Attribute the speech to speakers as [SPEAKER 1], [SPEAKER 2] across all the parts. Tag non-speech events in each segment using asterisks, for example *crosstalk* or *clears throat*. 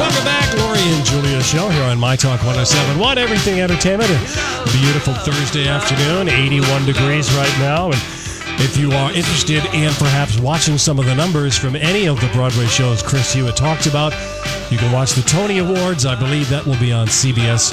[SPEAKER 1] Welcome back, Lori and Julia Show here on My Talk 1071, Everything Entertainment. A beautiful Thursday afternoon, 81 degrees right now. And if you are interested in perhaps watching some of the numbers from any of the Broadway shows Chris Hewitt talked about, you can watch the Tony Awards. I believe that will be on CBS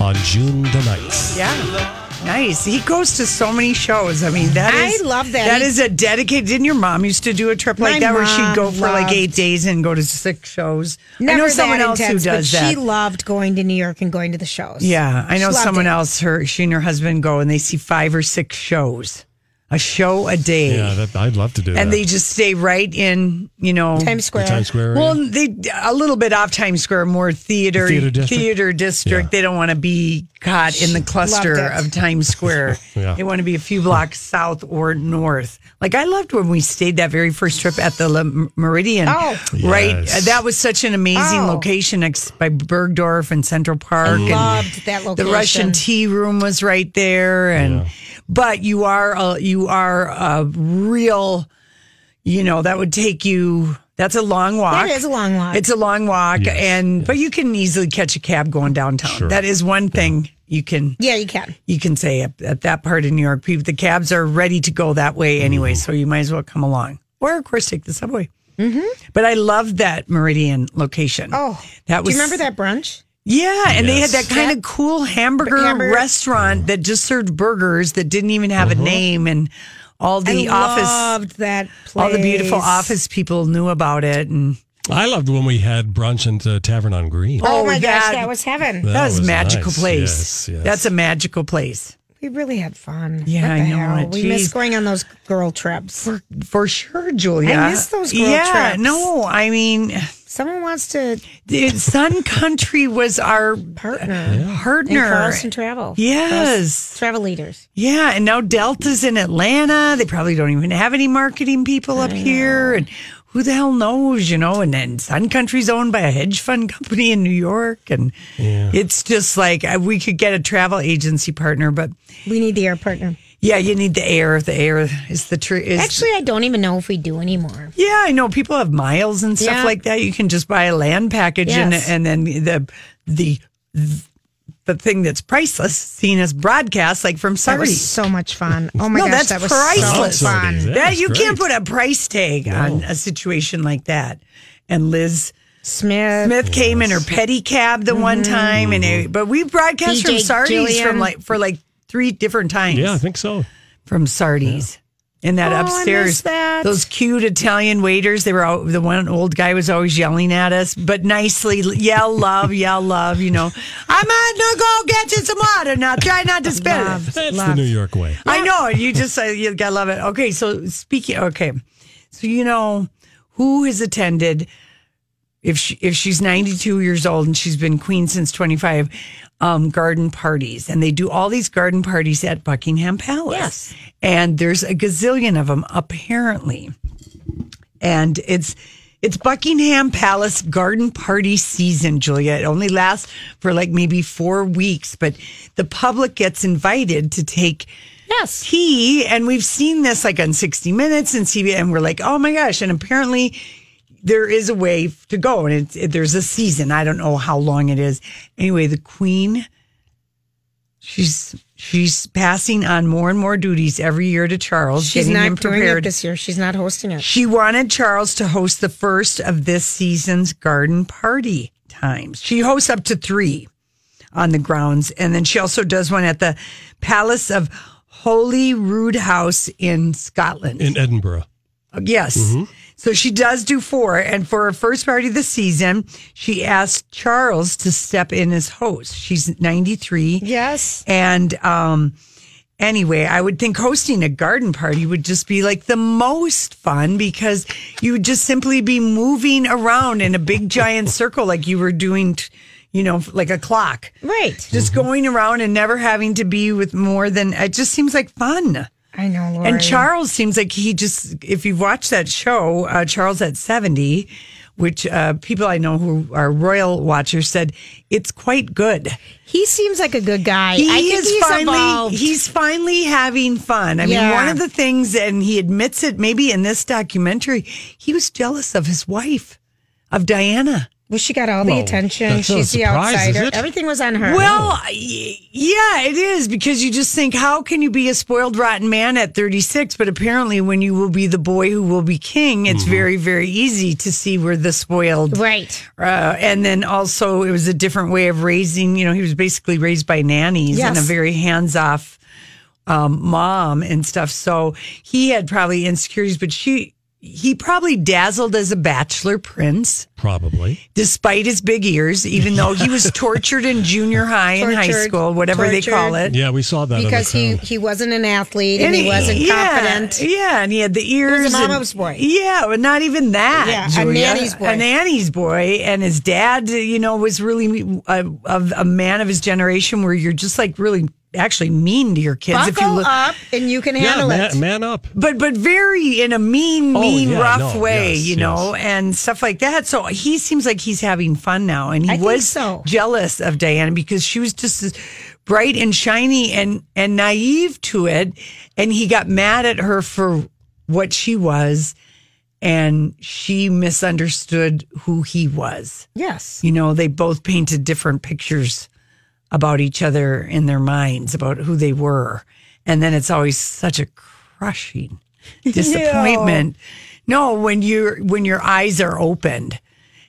[SPEAKER 1] on June the 9th.
[SPEAKER 2] Yeah. Nice. He goes to so many shows. I mean, that
[SPEAKER 3] I
[SPEAKER 2] is
[SPEAKER 3] love that.
[SPEAKER 2] That
[SPEAKER 3] He-
[SPEAKER 2] is a dedicated. Didn't your mom used to do a trip like
[SPEAKER 3] My
[SPEAKER 2] that where she'd
[SPEAKER 3] mom
[SPEAKER 2] go for like
[SPEAKER 3] loved-
[SPEAKER 2] eight days and go to six shows?
[SPEAKER 3] Never
[SPEAKER 2] I know someone
[SPEAKER 3] that
[SPEAKER 2] else
[SPEAKER 3] intense,
[SPEAKER 2] who
[SPEAKER 3] but
[SPEAKER 2] does
[SPEAKER 3] She
[SPEAKER 2] that.
[SPEAKER 3] loved going to New York and going to the shows.
[SPEAKER 2] yeah, I
[SPEAKER 3] She
[SPEAKER 2] know
[SPEAKER 3] loved
[SPEAKER 2] someone
[SPEAKER 3] it.
[SPEAKER 2] else. Her, she and her husband go and they see five or six shows, a show a day,
[SPEAKER 1] Yeah, that, I'd love to do that.
[SPEAKER 2] and they just stay right in. You know,
[SPEAKER 3] Times
[SPEAKER 1] The
[SPEAKER 3] Square.
[SPEAKER 1] Times Square. area?
[SPEAKER 2] Well, they a little bit off Times Square, more theater
[SPEAKER 1] Theater district?
[SPEAKER 2] theater district.
[SPEAKER 1] Yeah.
[SPEAKER 2] They don't want to be caught in the cluster
[SPEAKER 3] Loved it.
[SPEAKER 2] of Times Square.
[SPEAKER 1] *laughs* Yeah.
[SPEAKER 2] They want to be a few blocks south or north. Like I loved when we stayed that very first trip at the Le Meridian.
[SPEAKER 3] Oh.
[SPEAKER 2] right.
[SPEAKER 1] Yes.
[SPEAKER 2] That was such an amazing
[SPEAKER 3] Oh.
[SPEAKER 2] location next by Bergdorf and Central Park. and
[SPEAKER 3] Loved that location.
[SPEAKER 2] the Russian tea room was right there, and but you are a you are a real, you know, that would take you. That's a long walk.
[SPEAKER 3] That is a long walk.
[SPEAKER 2] It's a long walk,
[SPEAKER 1] Yes,
[SPEAKER 2] and but you can easily catch a cab going downtown.
[SPEAKER 1] Sure.
[SPEAKER 2] That is one thing you can
[SPEAKER 3] Yeah, you can.
[SPEAKER 2] you can say at, at that part of New York. People, the cabs are ready to go that
[SPEAKER 1] Mm-hmm.
[SPEAKER 2] way anyway, so you might as well come along, or of course take the subway. Mm-hmm. But I loved that Meridian location.
[SPEAKER 3] Oh,
[SPEAKER 2] that
[SPEAKER 3] Do
[SPEAKER 2] was
[SPEAKER 3] you remember that brunch?
[SPEAKER 2] yeah, and they had
[SPEAKER 1] Yes.
[SPEAKER 2] that kind of cool hamburger
[SPEAKER 3] Hamburger.
[SPEAKER 2] restaurant that just served burgers that didn't even have
[SPEAKER 1] Uh-huh.
[SPEAKER 2] a name, and all the
[SPEAKER 3] I
[SPEAKER 2] office,
[SPEAKER 3] loved that place.
[SPEAKER 2] all the beautiful office people knew about it, and
[SPEAKER 1] I loved when we had brunch at the Tavern on Green.
[SPEAKER 3] Oh, my
[SPEAKER 2] that-
[SPEAKER 3] gosh, that was heaven.
[SPEAKER 2] that,
[SPEAKER 1] That
[SPEAKER 2] was a
[SPEAKER 1] was
[SPEAKER 2] magical
[SPEAKER 1] nice.
[SPEAKER 2] place.
[SPEAKER 1] Yes, yes.
[SPEAKER 2] That's a magical place
[SPEAKER 3] we really had fun.
[SPEAKER 2] Yeah,
[SPEAKER 3] what
[SPEAKER 2] I
[SPEAKER 3] the
[SPEAKER 2] know
[SPEAKER 3] Hell?
[SPEAKER 2] it.
[SPEAKER 3] We miss
[SPEAKER 2] Jeez.
[SPEAKER 3] going on those girl trips.
[SPEAKER 2] for for sure, Julia.
[SPEAKER 3] miss those girl
[SPEAKER 2] yeah,
[SPEAKER 3] trips.
[SPEAKER 2] no, I mean,
[SPEAKER 3] Someone wants to
[SPEAKER 2] the Sun Country was our
[SPEAKER 3] partner. in
[SPEAKER 2] partner.
[SPEAKER 3] Carlson Travel.
[SPEAKER 2] Yes.
[SPEAKER 3] Travel leaders.
[SPEAKER 2] Yeah, and now Delta's in Atlanta. They probably don't even have any marketing people up here, and who the hell knows, you know? And then Sun Country's owned by a hedge fund *laughs* company in New York, and it's just like I- we could get a travel agency partner, but
[SPEAKER 3] We need the air partner.
[SPEAKER 2] yeah, you need the air. The air is the truth.
[SPEAKER 3] Actually, I don't even know if we do anymore.
[SPEAKER 2] yeah, I know people have miles and stuff
[SPEAKER 3] Yeah.
[SPEAKER 2] like that. You can just buy a land package,
[SPEAKER 3] Yes.
[SPEAKER 2] and and then the the the thing that's priceless seen as broadcast, like from
[SPEAKER 3] That
[SPEAKER 2] Saudi.
[SPEAKER 3] was so much fun. Oh my
[SPEAKER 2] No,
[SPEAKER 3] gosh,
[SPEAKER 2] that's
[SPEAKER 3] that was
[SPEAKER 2] priceless.
[SPEAKER 3] so fun.
[SPEAKER 1] That
[SPEAKER 2] that
[SPEAKER 1] was
[SPEAKER 2] you can't
[SPEAKER 1] great.
[SPEAKER 2] put a price tag on a situation like that. And Liz
[SPEAKER 3] Smith.
[SPEAKER 2] Smith came in her pedicab the one time, and it, but we broadcast from
[SPEAKER 3] BJ
[SPEAKER 2] Sardi's
[SPEAKER 3] Mm-hmm. Gilliam.
[SPEAKER 2] from like for like three different times.
[SPEAKER 1] Yeah, I think so.
[SPEAKER 2] from Sardi's. And that
[SPEAKER 3] Oh, I
[SPEAKER 2] upstairs,
[SPEAKER 3] miss that.
[SPEAKER 2] those cute Italian waiters, they were all, the one old guy was always yelling at us, but nicely, yell love, yell love, you know. I'm gonna go get you some water now. Try not to spill it.
[SPEAKER 1] That's the New York way.
[SPEAKER 2] I know you just uh, you gotta love it. Okay, so speaking. Okay, so you know who has attended. If she, if she's 92 years old and she's been queen since 25, um, garden parties and they do all these garden parties at Buckingham Palace.
[SPEAKER 3] Yes.
[SPEAKER 2] and there's a gazillion of them apparently, and it's. It's Buckingham Palace garden party season, Julia. It only lasts for like maybe four weeks, but the public gets invited to take
[SPEAKER 3] Yes.
[SPEAKER 2] he and we've seen this like on 60 minutes and CBS and we're like oh my gosh and apparently there is a way f- to go and it's, it, there's a season I don't know how long it is anyway the queen She's she's passing on more and more duties every year to Charles.
[SPEAKER 3] She's
[SPEAKER 2] getting
[SPEAKER 3] not
[SPEAKER 2] him
[SPEAKER 3] doing
[SPEAKER 2] prepared.
[SPEAKER 3] it this year. She's not hosting it.
[SPEAKER 2] She wanted Charles to host the first of this season's garden party times. She hosts up to three on the grounds, and then she also does one at the Palace of Holy Rood House in Scotland. Uh,
[SPEAKER 1] in Edinburgh.
[SPEAKER 2] Yes. So she does do four. And for her first party this season, she asked Charles to step in as host. She's 93.
[SPEAKER 3] Yes.
[SPEAKER 2] And um, anyway, I would think hosting a garden party would just be like the most fun because you would just simply be moving around in a big giant circle like you were doing, t- you know, like a clock.
[SPEAKER 3] Right.
[SPEAKER 2] Just going around and never having to be with more than it just seems like fun.
[SPEAKER 3] I know, Lori.
[SPEAKER 2] And Charles seems like he just, if you've watched that show, uh, Charles at 70, which uh, people I know who are royal watchers said it's quite good.
[SPEAKER 3] He seems like a good guy.
[SPEAKER 2] He
[SPEAKER 3] I think
[SPEAKER 2] is
[SPEAKER 3] he's
[SPEAKER 2] finally
[SPEAKER 3] evolved.
[SPEAKER 2] he's finally having fun. I mean,
[SPEAKER 3] Yeah.
[SPEAKER 2] one of the things, and he admits it maybe in this documentary, he was jealous of his wife, of Diana.
[SPEAKER 3] well, she got all the
[SPEAKER 1] Well,
[SPEAKER 3] attention.
[SPEAKER 1] that's not a
[SPEAKER 3] She's the
[SPEAKER 1] surprise, is
[SPEAKER 3] outsider.
[SPEAKER 1] it?
[SPEAKER 3] Everything was on her.
[SPEAKER 2] Well, y- yeah, it is because you just think, how can you be a spoiled, rotten man at 36? But apparently, when you will be the boy who will be king, it's very, very easy to see Mm-hmm. where the spoiled.
[SPEAKER 3] right.
[SPEAKER 2] Uh, and then also, it was a different way of raising. You know, he was basically raised by nannies and a
[SPEAKER 3] Yes.
[SPEAKER 2] very hands off um, mom and stuff. So he had probably insecurities, but she. He probably dazzled as a bachelor prince
[SPEAKER 1] Probably.
[SPEAKER 2] despite his big ears, even though
[SPEAKER 3] *laughs*
[SPEAKER 2] he was tortured in junior high and high
[SPEAKER 3] Tortured,
[SPEAKER 2] school, whatever they call
[SPEAKER 3] tortured.
[SPEAKER 2] it.
[SPEAKER 1] Yeah, we saw that.
[SPEAKER 3] Because
[SPEAKER 1] on the
[SPEAKER 3] he,
[SPEAKER 1] Crown.
[SPEAKER 3] he wasn't an athlete and, he, wasn't
[SPEAKER 2] yeah,
[SPEAKER 3] confident.
[SPEAKER 2] Yeah, and he had the ears.
[SPEAKER 3] a
[SPEAKER 2] and-
[SPEAKER 3] mama's boy.
[SPEAKER 2] Yeah, well, not even that.
[SPEAKER 3] Yeah, a
[SPEAKER 2] Julia.
[SPEAKER 3] nanny's boy.
[SPEAKER 2] A nanny's boy. And his dad, you know, was really a, a, a man of his generation where you're just like really actually mean to your kids if you
[SPEAKER 3] Buckle
[SPEAKER 2] look.
[SPEAKER 3] up and you can
[SPEAKER 1] yeah,
[SPEAKER 3] handle it.
[SPEAKER 1] man, man up.
[SPEAKER 2] But but very in a mean,
[SPEAKER 1] Oh,
[SPEAKER 2] mean,
[SPEAKER 1] yeah,
[SPEAKER 2] rough
[SPEAKER 1] no,
[SPEAKER 2] way,
[SPEAKER 1] yes,
[SPEAKER 2] you know, and stuff like that. So he seems like he's having fun now, and he
[SPEAKER 3] I think
[SPEAKER 2] was
[SPEAKER 3] so.
[SPEAKER 2] jealous of Diana because she was just as bright and shiny and and naive to it, and he got mad at her for what she was, and she misunderstood who he was.
[SPEAKER 3] Yes.
[SPEAKER 2] You know, they both painted different pictures about each other in their minds about who they were. And then it's always such a crushing disappointment. No, when you're when your eyes are opened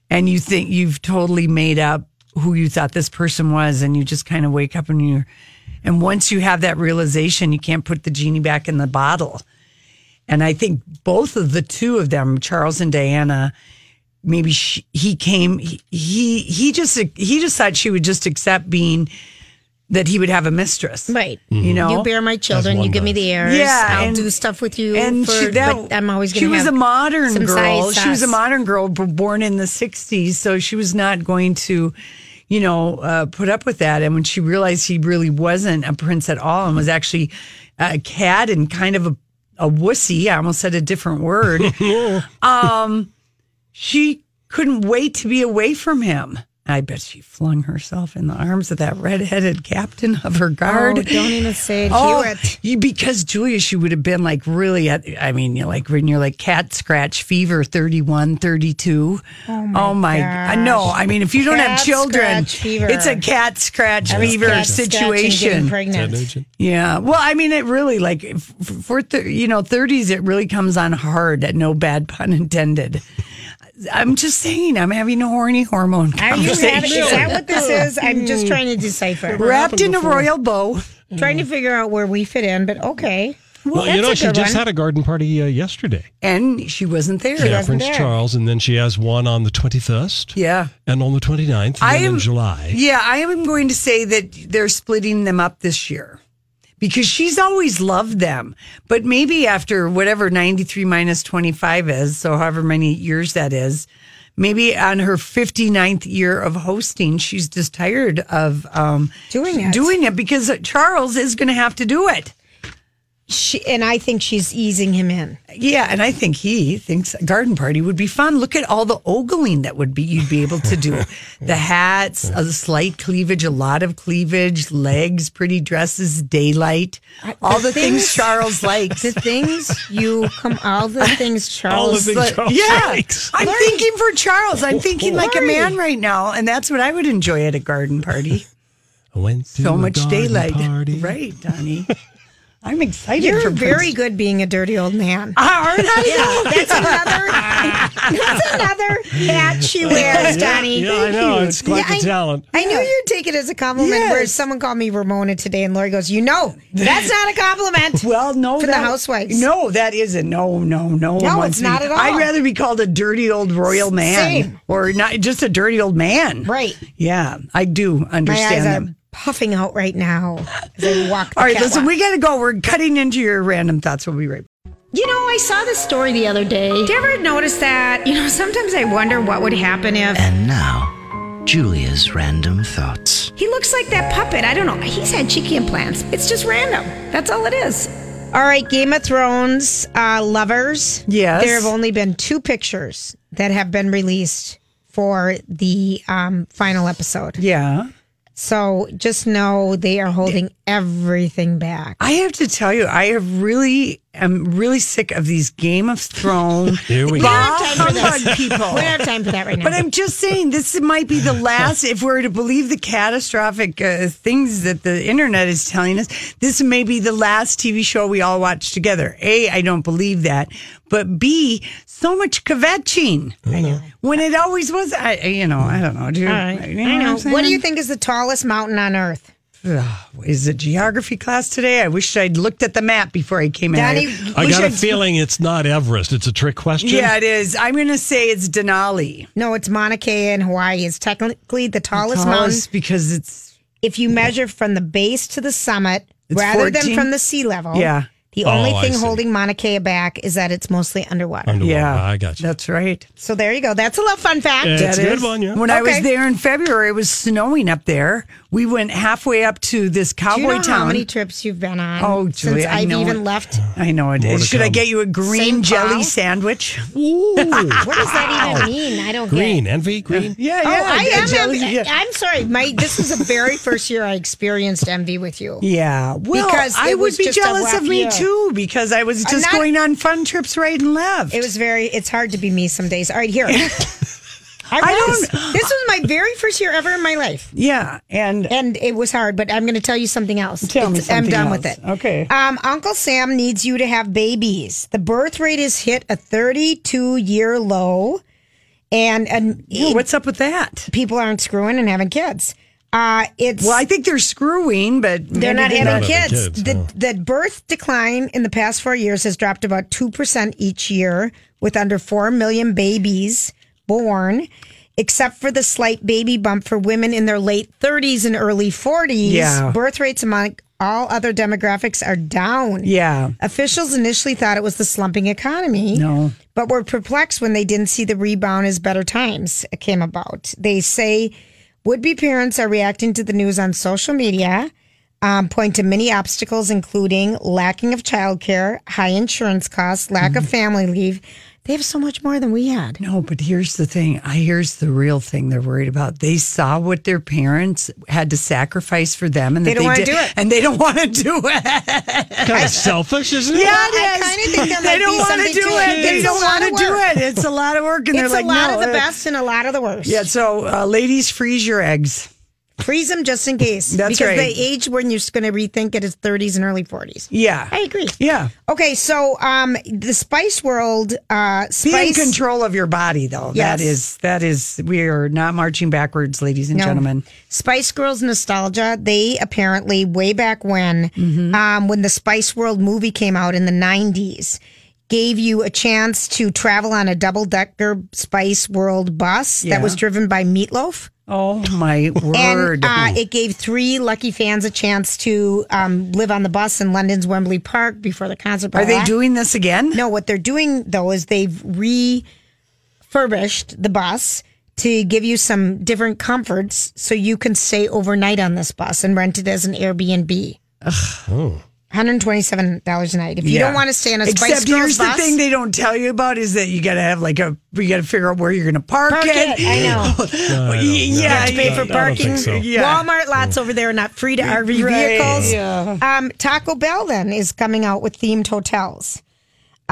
[SPEAKER 2] and you think you've totally made up who you thought this person was and you just kind of wake up and you're and once you have that realization, you can't put the genie back in the bottle. And I think both of the two of them, Charles and Diana, maybe she, he came he, he he just he just thought she would just accept being that he would have a mistress
[SPEAKER 3] Right.
[SPEAKER 2] you know
[SPEAKER 3] You bear my children.
[SPEAKER 1] one
[SPEAKER 3] You give me
[SPEAKER 1] guy.
[SPEAKER 3] the heirs.
[SPEAKER 2] Yeah,
[SPEAKER 3] I'll
[SPEAKER 2] and-
[SPEAKER 3] do stuff with you.
[SPEAKER 2] and
[SPEAKER 3] for,
[SPEAKER 2] she, that,
[SPEAKER 3] but I'm always going
[SPEAKER 2] she
[SPEAKER 3] to
[SPEAKER 2] was a modern
[SPEAKER 3] some
[SPEAKER 2] girl.
[SPEAKER 3] side
[SPEAKER 2] She was a
[SPEAKER 3] sauce.
[SPEAKER 2] modern girl b- born in the 60s, so she was not going to, you know, uh, put up with that. And when she realized he really wasn't a prince at all and was actually a cad and kind of a, a wussy, I almost said a different word, um, she couldn't wait to be away from him. I bet she flung herself in the arms of that redheaded captain of her
[SPEAKER 3] Oh,
[SPEAKER 2] guard.
[SPEAKER 3] don't even say it.
[SPEAKER 2] Oh,
[SPEAKER 3] Hear it.
[SPEAKER 2] You, Ah, because Julia, she would have been like really, at, I mean, you're like when you're like cat scratch fever, 31, 32. Oh my, I No, I mean, if you don't have
[SPEAKER 3] Cat
[SPEAKER 2] children,
[SPEAKER 3] scratch fever.
[SPEAKER 2] it's a cat scratch fever
[SPEAKER 3] Cat scratch and getting
[SPEAKER 2] situation.
[SPEAKER 3] pregnant.
[SPEAKER 1] Agent.
[SPEAKER 2] Yeah. Well, I mean, it really like f- for th- you know thirties, it really comes on hard. At no bad pun intended. I'm just saying, I'm having a horny hormone
[SPEAKER 3] Are you having,
[SPEAKER 2] conversation.
[SPEAKER 3] is that what this is? I'm just trying to decipher.
[SPEAKER 2] Wrapped in a royal bow.
[SPEAKER 3] trying to figure out where we fit in, but okay.
[SPEAKER 1] Well,
[SPEAKER 3] that's
[SPEAKER 1] you know,
[SPEAKER 3] a
[SPEAKER 1] she
[SPEAKER 3] good
[SPEAKER 1] just
[SPEAKER 3] one.
[SPEAKER 1] had a garden party uh, yesterday.
[SPEAKER 2] And she wasn't there.
[SPEAKER 1] yeah,
[SPEAKER 3] wasn't
[SPEAKER 1] Prince
[SPEAKER 3] there.
[SPEAKER 1] Charles, and then she has one on the 21st
[SPEAKER 2] yeah.
[SPEAKER 1] and on the 29th and
[SPEAKER 2] I
[SPEAKER 1] then
[SPEAKER 2] am-
[SPEAKER 1] in July.
[SPEAKER 2] Yeah, I am going to say that they're splitting them up this year because she's always loved them. But maybe after whatever 93 minus 25 is, so however many years that is, maybe on her 59th year of hosting, she's just tired of um,
[SPEAKER 3] Doing it.
[SPEAKER 2] doing it because Charles is going to have to do it.
[SPEAKER 3] She, and I think she's easing him in.
[SPEAKER 2] Yeah, and I think he thinks a garden party would be fun. Look at all the ogling that would be you'd be able to
[SPEAKER 1] *laughs*
[SPEAKER 2] do. the hats, a slight cleavage, a lot of cleavage, legs, pretty dresses, daylight, all the, things,
[SPEAKER 3] things-
[SPEAKER 2] Charles likes.
[SPEAKER 3] The things you come, all *laughs* the things Charles.
[SPEAKER 1] All the things
[SPEAKER 2] Like,
[SPEAKER 1] Charles
[SPEAKER 2] yeah,
[SPEAKER 1] likes.
[SPEAKER 2] I'm thinking for Charles. I'm thinking like a
[SPEAKER 3] Lori.
[SPEAKER 1] *laughs*
[SPEAKER 2] man right now, and that's what I would enjoy at a garden party.
[SPEAKER 1] I went to
[SPEAKER 2] so
[SPEAKER 1] a
[SPEAKER 2] much
[SPEAKER 1] garden
[SPEAKER 2] daylight.
[SPEAKER 1] party.
[SPEAKER 2] Right,
[SPEAKER 1] *laughs*
[SPEAKER 2] Donnie. I'm excited.
[SPEAKER 3] You're
[SPEAKER 2] for
[SPEAKER 3] very
[SPEAKER 2] Prince-
[SPEAKER 3] good being a dirty old
[SPEAKER 2] *laughs*
[SPEAKER 3] man.
[SPEAKER 2] Ah, aren't I?
[SPEAKER 3] Yeah, that's another. that's another hat she wears, Donnie.
[SPEAKER 1] Yeah, I know. It's quite the talent.
[SPEAKER 3] I knew you'd take it as a compliment. Where
[SPEAKER 2] Yes.
[SPEAKER 3] someone called me Ramona today, and Lori goes, "You know, that's not a compliment."
[SPEAKER 2] *laughs* Well, no,
[SPEAKER 3] for
[SPEAKER 2] that-
[SPEAKER 3] the housewives.
[SPEAKER 2] No, that isn't. No, no, no. one
[SPEAKER 3] No,
[SPEAKER 2] wants
[SPEAKER 3] it's not
[SPEAKER 2] me.
[SPEAKER 3] at all.
[SPEAKER 2] I'd rather be called a dirty old royal man,
[SPEAKER 3] Same.
[SPEAKER 2] or not just a dirty old man.
[SPEAKER 3] right.
[SPEAKER 2] Yeah, I do
[SPEAKER 3] My
[SPEAKER 2] understand
[SPEAKER 3] eyes
[SPEAKER 2] them.
[SPEAKER 3] are puffing out right now as I walk. The
[SPEAKER 2] All right, listen,
[SPEAKER 3] catwalk.
[SPEAKER 2] we got to go. We're cutting into your random thoughts. We'll be right back.
[SPEAKER 4] You know, I saw this story the other day.
[SPEAKER 3] Do you ever notice that? You know, sometimes I wonder what would happen if
[SPEAKER 5] And now, Julia's random thoughts.
[SPEAKER 3] he looks like that puppet. I don't know. He's had cheeky implants. It's just random. That's all it is. All right, Game of Thrones uh, lovers.
[SPEAKER 2] Yes.
[SPEAKER 3] There have only been two pictures that have been released for the um, final episode.
[SPEAKER 2] Yeah.
[SPEAKER 3] So just know they are holding everything back.
[SPEAKER 2] I have to tell you, I have really am really sick of these Game of Thrones
[SPEAKER 1] *laughs* Here we
[SPEAKER 3] don't
[SPEAKER 1] go.
[SPEAKER 3] have time for
[SPEAKER 2] humbug
[SPEAKER 3] this.
[SPEAKER 2] people.
[SPEAKER 3] We don't have time for that right now.
[SPEAKER 2] But I'm just saying, this might be
[SPEAKER 1] *laughs*
[SPEAKER 2] the last. If we're to believe the catastrophic uh, things that the internet is telling us, this may be the last TV show we all watch together. A, I don't believe that, but B, so much kvetching. I know. When it always was, I I- you know, I don't know. Do you, you know
[SPEAKER 3] I
[SPEAKER 2] what I'm
[SPEAKER 3] know. What do
[SPEAKER 2] saying?
[SPEAKER 3] you think is the tallest mountain on Earth?
[SPEAKER 2] Is it geography class today? I wish I'd looked at the map before I came
[SPEAKER 3] Donnie,
[SPEAKER 2] in.
[SPEAKER 1] I
[SPEAKER 2] wish
[SPEAKER 1] got a
[SPEAKER 2] I'd-
[SPEAKER 1] feeling it's not Everest. It's a trick question.
[SPEAKER 2] Yeah, it is. I'm going to say it's Denali.
[SPEAKER 3] No, it's Mauna Kea in Hawaii. It's technically the tallest, mountain.
[SPEAKER 2] Tallest because it's
[SPEAKER 3] If you measure from the base to the summit,
[SPEAKER 2] It's
[SPEAKER 3] rather than
[SPEAKER 2] 14?
[SPEAKER 3] from the sea level,
[SPEAKER 2] Yeah.
[SPEAKER 3] the
[SPEAKER 1] Oh,
[SPEAKER 3] only
[SPEAKER 1] I
[SPEAKER 3] thing
[SPEAKER 1] see.
[SPEAKER 3] holding Mauna Kea back is that it's mostly underwater.
[SPEAKER 1] Underwater.
[SPEAKER 2] yeah.
[SPEAKER 1] I got you.
[SPEAKER 2] That's right.
[SPEAKER 3] so there you go. That's a little fun fact.
[SPEAKER 1] Yeah, it's
[SPEAKER 2] That
[SPEAKER 1] a good
[SPEAKER 2] is.
[SPEAKER 1] one. Yeah.
[SPEAKER 2] When I was
[SPEAKER 3] Okay.
[SPEAKER 2] there in February, it was snowing up there. We went halfway up to this
[SPEAKER 3] Do you
[SPEAKER 2] cowboy
[SPEAKER 3] know
[SPEAKER 2] town.
[SPEAKER 3] how many trips you've been on?
[SPEAKER 2] Oh, Julia,
[SPEAKER 3] since
[SPEAKER 2] I
[SPEAKER 3] I've
[SPEAKER 2] know
[SPEAKER 3] even
[SPEAKER 2] it.
[SPEAKER 3] left.
[SPEAKER 2] I know it
[SPEAKER 1] More
[SPEAKER 2] is.
[SPEAKER 1] to
[SPEAKER 2] Should I
[SPEAKER 1] come.
[SPEAKER 2] get you a green
[SPEAKER 3] St.
[SPEAKER 2] jelly
[SPEAKER 3] Paul?
[SPEAKER 2] sandwich?
[SPEAKER 1] Ooh.
[SPEAKER 3] What does that even mean? I don't
[SPEAKER 1] green.
[SPEAKER 3] get. it.
[SPEAKER 1] Envy. Green.
[SPEAKER 2] Yeah,
[SPEAKER 3] Oh,
[SPEAKER 2] yeah.
[SPEAKER 3] I
[SPEAKER 2] a
[SPEAKER 3] am.
[SPEAKER 2] jelly-
[SPEAKER 3] envy-
[SPEAKER 2] yeah.
[SPEAKER 3] I'm sorry, Mike. This is the very first year I experienced envy with you.
[SPEAKER 2] Yeah, well,
[SPEAKER 3] Because
[SPEAKER 2] I
[SPEAKER 3] it
[SPEAKER 2] would
[SPEAKER 3] was
[SPEAKER 2] be
[SPEAKER 3] just a
[SPEAKER 2] jealous
[SPEAKER 3] rough
[SPEAKER 2] of me
[SPEAKER 3] year.
[SPEAKER 2] too because I was just
[SPEAKER 3] not-
[SPEAKER 2] going on fun trips right and left.
[SPEAKER 3] It was very. It's hard to be me some days. All right,
[SPEAKER 2] *laughs*
[SPEAKER 3] here. I, was.
[SPEAKER 2] don't-
[SPEAKER 3] This was my very first year ever in my life,
[SPEAKER 2] yeah, and
[SPEAKER 3] and it was hard. But I'm going to tell you something else.
[SPEAKER 2] Tell me
[SPEAKER 3] It's-
[SPEAKER 2] something
[SPEAKER 3] I'm done
[SPEAKER 2] else.
[SPEAKER 3] with it.
[SPEAKER 2] Okay.
[SPEAKER 3] Um, Uncle Sam needs you to have babies. The birth rate has hit a 32 year low, and and
[SPEAKER 2] what's up with that?
[SPEAKER 3] people aren't screwing and having kids. Uh, it's
[SPEAKER 2] Well, I think they're screwing, but
[SPEAKER 3] They're not having
[SPEAKER 1] Not having
[SPEAKER 3] kids.
[SPEAKER 1] kids,
[SPEAKER 3] the,
[SPEAKER 1] no.
[SPEAKER 3] the birth decline in the past four years has dropped about 2% each year, with under 4 million babies born, except for the slight baby bump for women in their late 30s and early 40s.
[SPEAKER 2] Yeah.
[SPEAKER 3] Birth rates among all other demographics are down.
[SPEAKER 2] Yeah.
[SPEAKER 3] Officials initially thought it was the slumping economy.
[SPEAKER 2] No.
[SPEAKER 3] But were perplexed when they didn't see the rebound as better times came about. They say would be parents are reacting to the news on social media, um, point to many obstacles, including lacking of childcare, high insurance costs, lack of family leave. They have so much more than we had.
[SPEAKER 2] Mm-hmm. No, but here's the thing. I here's the real thing they're worried about. They saw what their parents had to sacrifice for them, and
[SPEAKER 3] They
[SPEAKER 2] that
[SPEAKER 3] don't wanna
[SPEAKER 2] did-
[SPEAKER 3] do it.
[SPEAKER 2] and they don't want to do it.
[SPEAKER 1] Kind of selfish, isn't it?
[SPEAKER 2] *laughs* Yeah,
[SPEAKER 3] I
[SPEAKER 2] it is.
[SPEAKER 3] kinda think there
[SPEAKER 2] they
[SPEAKER 3] might
[SPEAKER 2] don't
[SPEAKER 3] be
[SPEAKER 2] wanna
[SPEAKER 3] something
[SPEAKER 2] do
[SPEAKER 3] to
[SPEAKER 2] it.
[SPEAKER 3] it.
[SPEAKER 2] They
[SPEAKER 3] It's a
[SPEAKER 2] don't
[SPEAKER 3] lot
[SPEAKER 2] want to
[SPEAKER 3] of
[SPEAKER 2] do
[SPEAKER 3] work.
[SPEAKER 2] it. It's a lot of work,
[SPEAKER 3] It's
[SPEAKER 2] and they're like,
[SPEAKER 3] a lot
[SPEAKER 2] no.
[SPEAKER 3] of the
[SPEAKER 2] uh,
[SPEAKER 3] best and a lot of the worst.
[SPEAKER 2] Yeah. So, uh, ladies, freeze your eggs.
[SPEAKER 3] Freeze them just in case.
[SPEAKER 2] *laughs* That's
[SPEAKER 3] because the
[SPEAKER 2] right.
[SPEAKER 3] age when you're going to rethink it is 30s and early 40s.
[SPEAKER 2] Yeah.
[SPEAKER 3] I agree.
[SPEAKER 2] Yeah.
[SPEAKER 3] Okay, so um, the Spice World, uh,
[SPEAKER 2] Be in
[SPEAKER 3] Spice
[SPEAKER 2] control of your body, though.
[SPEAKER 3] Yes.
[SPEAKER 2] That is. That is. We are not marching backwards, ladies and
[SPEAKER 3] No.
[SPEAKER 2] gentlemen.
[SPEAKER 3] Spice Girls nostalgia. They apparently way back when,
[SPEAKER 2] Mm-hmm.
[SPEAKER 3] um, when the Spice World movie came out in the '90s, gave you a chance to travel on a double-decker Spice World bus that was driven by Meatloaf,
[SPEAKER 2] Oh my word!
[SPEAKER 3] and uh, it gave three lucky fans a chance to um, live on the bus in London's Wembley Park before the concert. blah,
[SPEAKER 2] are they
[SPEAKER 3] blah.
[SPEAKER 2] doing this again?
[SPEAKER 3] No, what they're doing though is they've refurbished the bus to give you some different comforts so you can stay overnight on this bus and rent it as an Airbnb. $127 a night. If you
[SPEAKER 2] Yeah.
[SPEAKER 3] don't want to stay on a Spice
[SPEAKER 2] Except
[SPEAKER 3] Girls
[SPEAKER 2] here's
[SPEAKER 3] bus,
[SPEAKER 2] the thing they don't tell you about is that you got to have like a you got to figure out where you're going to park,
[SPEAKER 3] park it. I know.
[SPEAKER 1] No, I don't-
[SPEAKER 2] Yeah,
[SPEAKER 1] no,
[SPEAKER 2] you have to
[SPEAKER 1] I-
[SPEAKER 2] pay
[SPEAKER 1] I
[SPEAKER 2] for
[SPEAKER 1] don't think
[SPEAKER 3] Parking
[SPEAKER 1] so.
[SPEAKER 2] Yeah.
[SPEAKER 3] Walmart lots over there are not free to RV
[SPEAKER 2] Right.
[SPEAKER 3] vehicles. Um, Taco Bell then is coming out with themed hotels.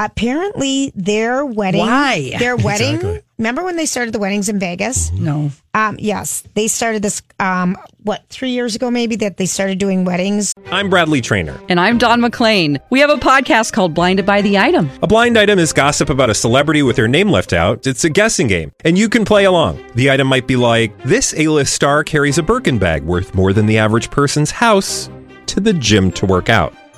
[SPEAKER 3] Apparently, their wedding.
[SPEAKER 2] Why? *laughs*
[SPEAKER 3] Their wedding.
[SPEAKER 1] Exactly.
[SPEAKER 3] Remember when they started the weddings in Vegas?
[SPEAKER 2] No.
[SPEAKER 3] Um, yes, they started this. Um, what three years ago maybe that they started doing weddings.
[SPEAKER 6] I'm Bradley Trainer.
[SPEAKER 7] And I'm Don McClain. We have a podcast called Blinded by the Item.
[SPEAKER 6] A blind item is gossip about a celebrity with their name left out. It's a guessing game, and you can play along. The item might be like this: A-list star carries a Birkin bag worth more than the average person's house to the gym to work out.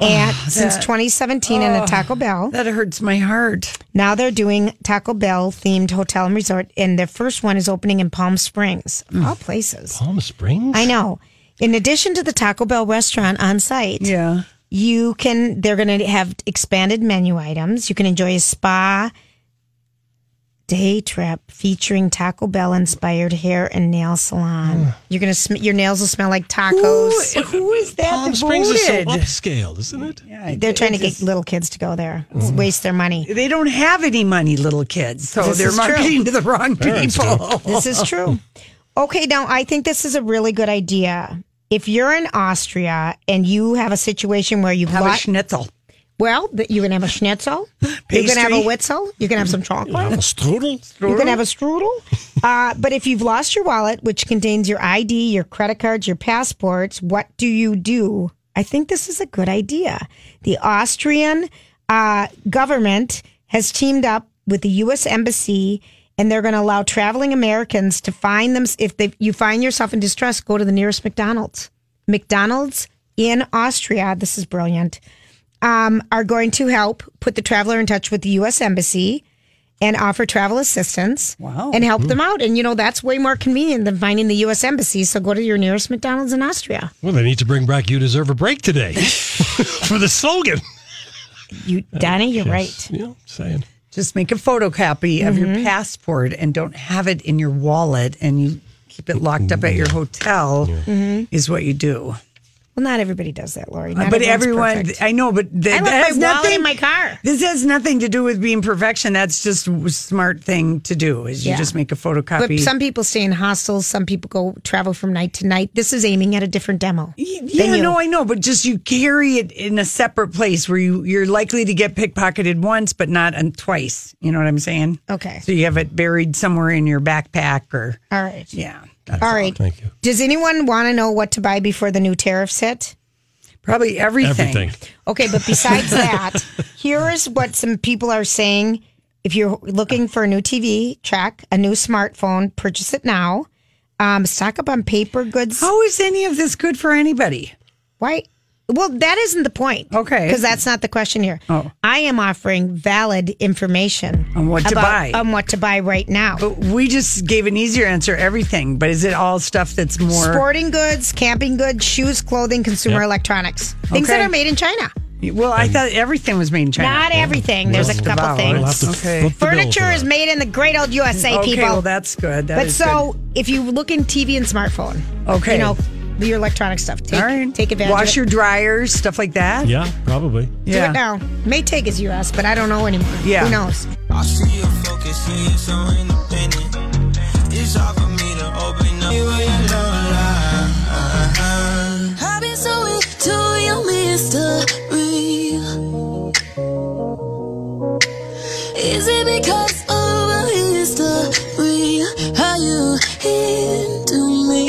[SPEAKER 2] Oh,
[SPEAKER 3] and since 2017 in a Taco Bell.
[SPEAKER 2] That hurts my heart.
[SPEAKER 3] Now they're doing Taco Bell themed hotel and resort, and their first one is opening in Palm Springs,
[SPEAKER 2] Hmm.
[SPEAKER 3] of all places.
[SPEAKER 1] Palm Springs?
[SPEAKER 3] I know. In addition to the Taco Bell restaurant on site,
[SPEAKER 2] Yeah.
[SPEAKER 3] you can they're going to have expanded menu items. You can enjoy a spa day trip featuring Taco Bell inspired hair and nail salon. You're going to sm- your nails will smell like tacos.
[SPEAKER 2] Who- who is that?
[SPEAKER 1] Palm
[SPEAKER 2] that
[SPEAKER 1] Springs is so
[SPEAKER 2] voted?
[SPEAKER 1] upscale, isn't it?
[SPEAKER 3] They're trying to get little kids to go there. It's
[SPEAKER 2] Mm-hmm.
[SPEAKER 3] waste their money.
[SPEAKER 2] *laughs* They don't have any money, little kids, so
[SPEAKER 3] This
[SPEAKER 2] they're
[SPEAKER 3] is true.
[SPEAKER 2] marketing to the wrong
[SPEAKER 1] Parents
[SPEAKER 2] people.
[SPEAKER 3] This is true. Okay, now I think this is a really good idea. If you're in Austria and you have a situation where you've
[SPEAKER 2] Have a
[SPEAKER 3] lost,
[SPEAKER 2] schnitzel.
[SPEAKER 3] well, th- you can have a schnitzel, you can have a
[SPEAKER 2] Pastry.
[SPEAKER 3] witzel, you can have some chocolate,
[SPEAKER 1] Apple strudel?
[SPEAKER 3] you can have a strudel. Uh, but if you've lost your wallet, which contains your ID, your credit cards, your passports, what do you do? I think this is a good idea. The Austrian uh, government has teamed up with the U.S. Embassy, and they're going to allow traveling Americans to find them. If they, you find yourself in distress, go to the nearest McDonald's. McDonald's in Austria. This is brilliant. Um, are going to help put the traveler in touch with the U.S. Embassy and offer travel assistance and help
[SPEAKER 1] Mm.
[SPEAKER 3] them out. And you know that's way more convenient than finding the U.S. Embassy. So go to your nearest McDonald's in Austria.
[SPEAKER 1] Well, they need to bring back You Deserve a
[SPEAKER 3] *laughs*
[SPEAKER 1] Break today for the slogan.
[SPEAKER 3] You,
[SPEAKER 1] Oh,
[SPEAKER 3] Donnie, you're
[SPEAKER 1] *laughs*
[SPEAKER 3] right.
[SPEAKER 1] You know, saying.
[SPEAKER 2] Just make a photocopy of your
[SPEAKER 3] Mm-hmm.
[SPEAKER 2] passport and don't have it in your wallet, and you keep it locked up at your hotel.
[SPEAKER 3] Mm-hmm.
[SPEAKER 2] Is what you do.
[SPEAKER 3] Well, not everybody does that, Lori. Not
[SPEAKER 2] Uh, but
[SPEAKER 3] everyone's
[SPEAKER 2] everyone,
[SPEAKER 3] perfect.
[SPEAKER 2] I know, but th-
[SPEAKER 3] I left
[SPEAKER 2] that
[SPEAKER 3] my
[SPEAKER 2] has
[SPEAKER 3] wallet
[SPEAKER 2] nothing
[SPEAKER 3] in my car.
[SPEAKER 2] This has nothing to do with being perfection. That's just a smart thing to do. Is you
[SPEAKER 3] Yeah.
[SPEAKER 2] just make a photocopy.
[SPEAKER 3] But some people stay in hostels. Some people go travel from night to night. This is aiming at a different demo.
[SPEAKER 2] Yeah, no, I know, but just you carry it in a separate place where you you're likely to get pickpocketed once, but not um, twice. You know what I'm saying?
[SPEAKER 3] Okay.
[SPEAKER 2] So you have it buried somewhere in your backpack or
[SPEAKER 3] All right.
[SPEAKER 2] yeah,
[SPEAKER 3] All right.
[SPEAKER 1] Thank you.
[SPEAKER 3] Does anyone want to know what to buy before the new tariffs hit?
[SPEAKER 2] probably everything.
[SPEAKER 1] Everything.
[SPEAKER 3] Okay, but besides
[SPEAKER 2] *laughs*
[SPEAKER 3] that, here is what some people are saying. If you're looking for a new TV, check a new smartphone, purchase it now. Um, stock up on paper goods.
[SPEAKER 2] How is any of this good for anybody?
[SPEAKER 3] Why? Well, that isn't the point.
[SPEAKER 2] Okay.
[SPEAKER 3] Because that's not the question here.
[SPEAKER 2] Oh.
[SPEAKER 3] I am offering valid information
[SPEAKER 2] On what to buy.
[SPEAKER 3] On what to buy right now.
[SPEAKER 2] But we just gave an easier answer. Everything, but is it all stuff that's more?
[SPEAKER 3] Sporting goods, camping goods, shoes, clothing, consumer electronics. Things that
[SPEAKER 2] Okay.
[SPEAKER 3] are made in China.
[SPEAKER 2] Well, I thought everything was made in China.
[SPEAKER 3] Not everything. There's a couple
[SPEAKER 2] Wow.
[SPEAKER 3] things.
[SPEAKER 1] We'll have to
[SPEAKER 2] Okay.
[SPEAKER 1] foot the bill for
[SPEAKER 3] Furniture
[SPEAKER 1] that.
[SPEAKER 3] is made in the great old USA,
[SPEAKER 2] okay,
[SPEAKER 3] people.
[SPEAKER 2] well that's good. That
[SPEAKER 3] but
[SPEAKER 2] is
[SPEAKER 3] so if you look in TV and smartphone,
[SPEAKER 2] Okay.
[SPEAKER 3] you know your electronic stuff.
[SPEAKER 2] good.
[SPEAKER 3] Take,
[SPEAKER 2] all right,
[SPEAKER 3] take advantage.
[SPEAKER 2] Wash
[SPEAKER 3] of
[SPEAKER 2] your dryers, stuff like that.
[SPEAKER 1] Yeah, probably.
[SPEAKER 3] it. do it now. May take is U.S., but I don't know anymore.
[SPEAKER 2] Yeah.
[SPEAKER 3] who knows?
[SPEAKER 8] I see you focusing, you're so independent. It's hard for me to open up. You ain't alone. I've been so into your mystery. Is it because of a history? Are you into me?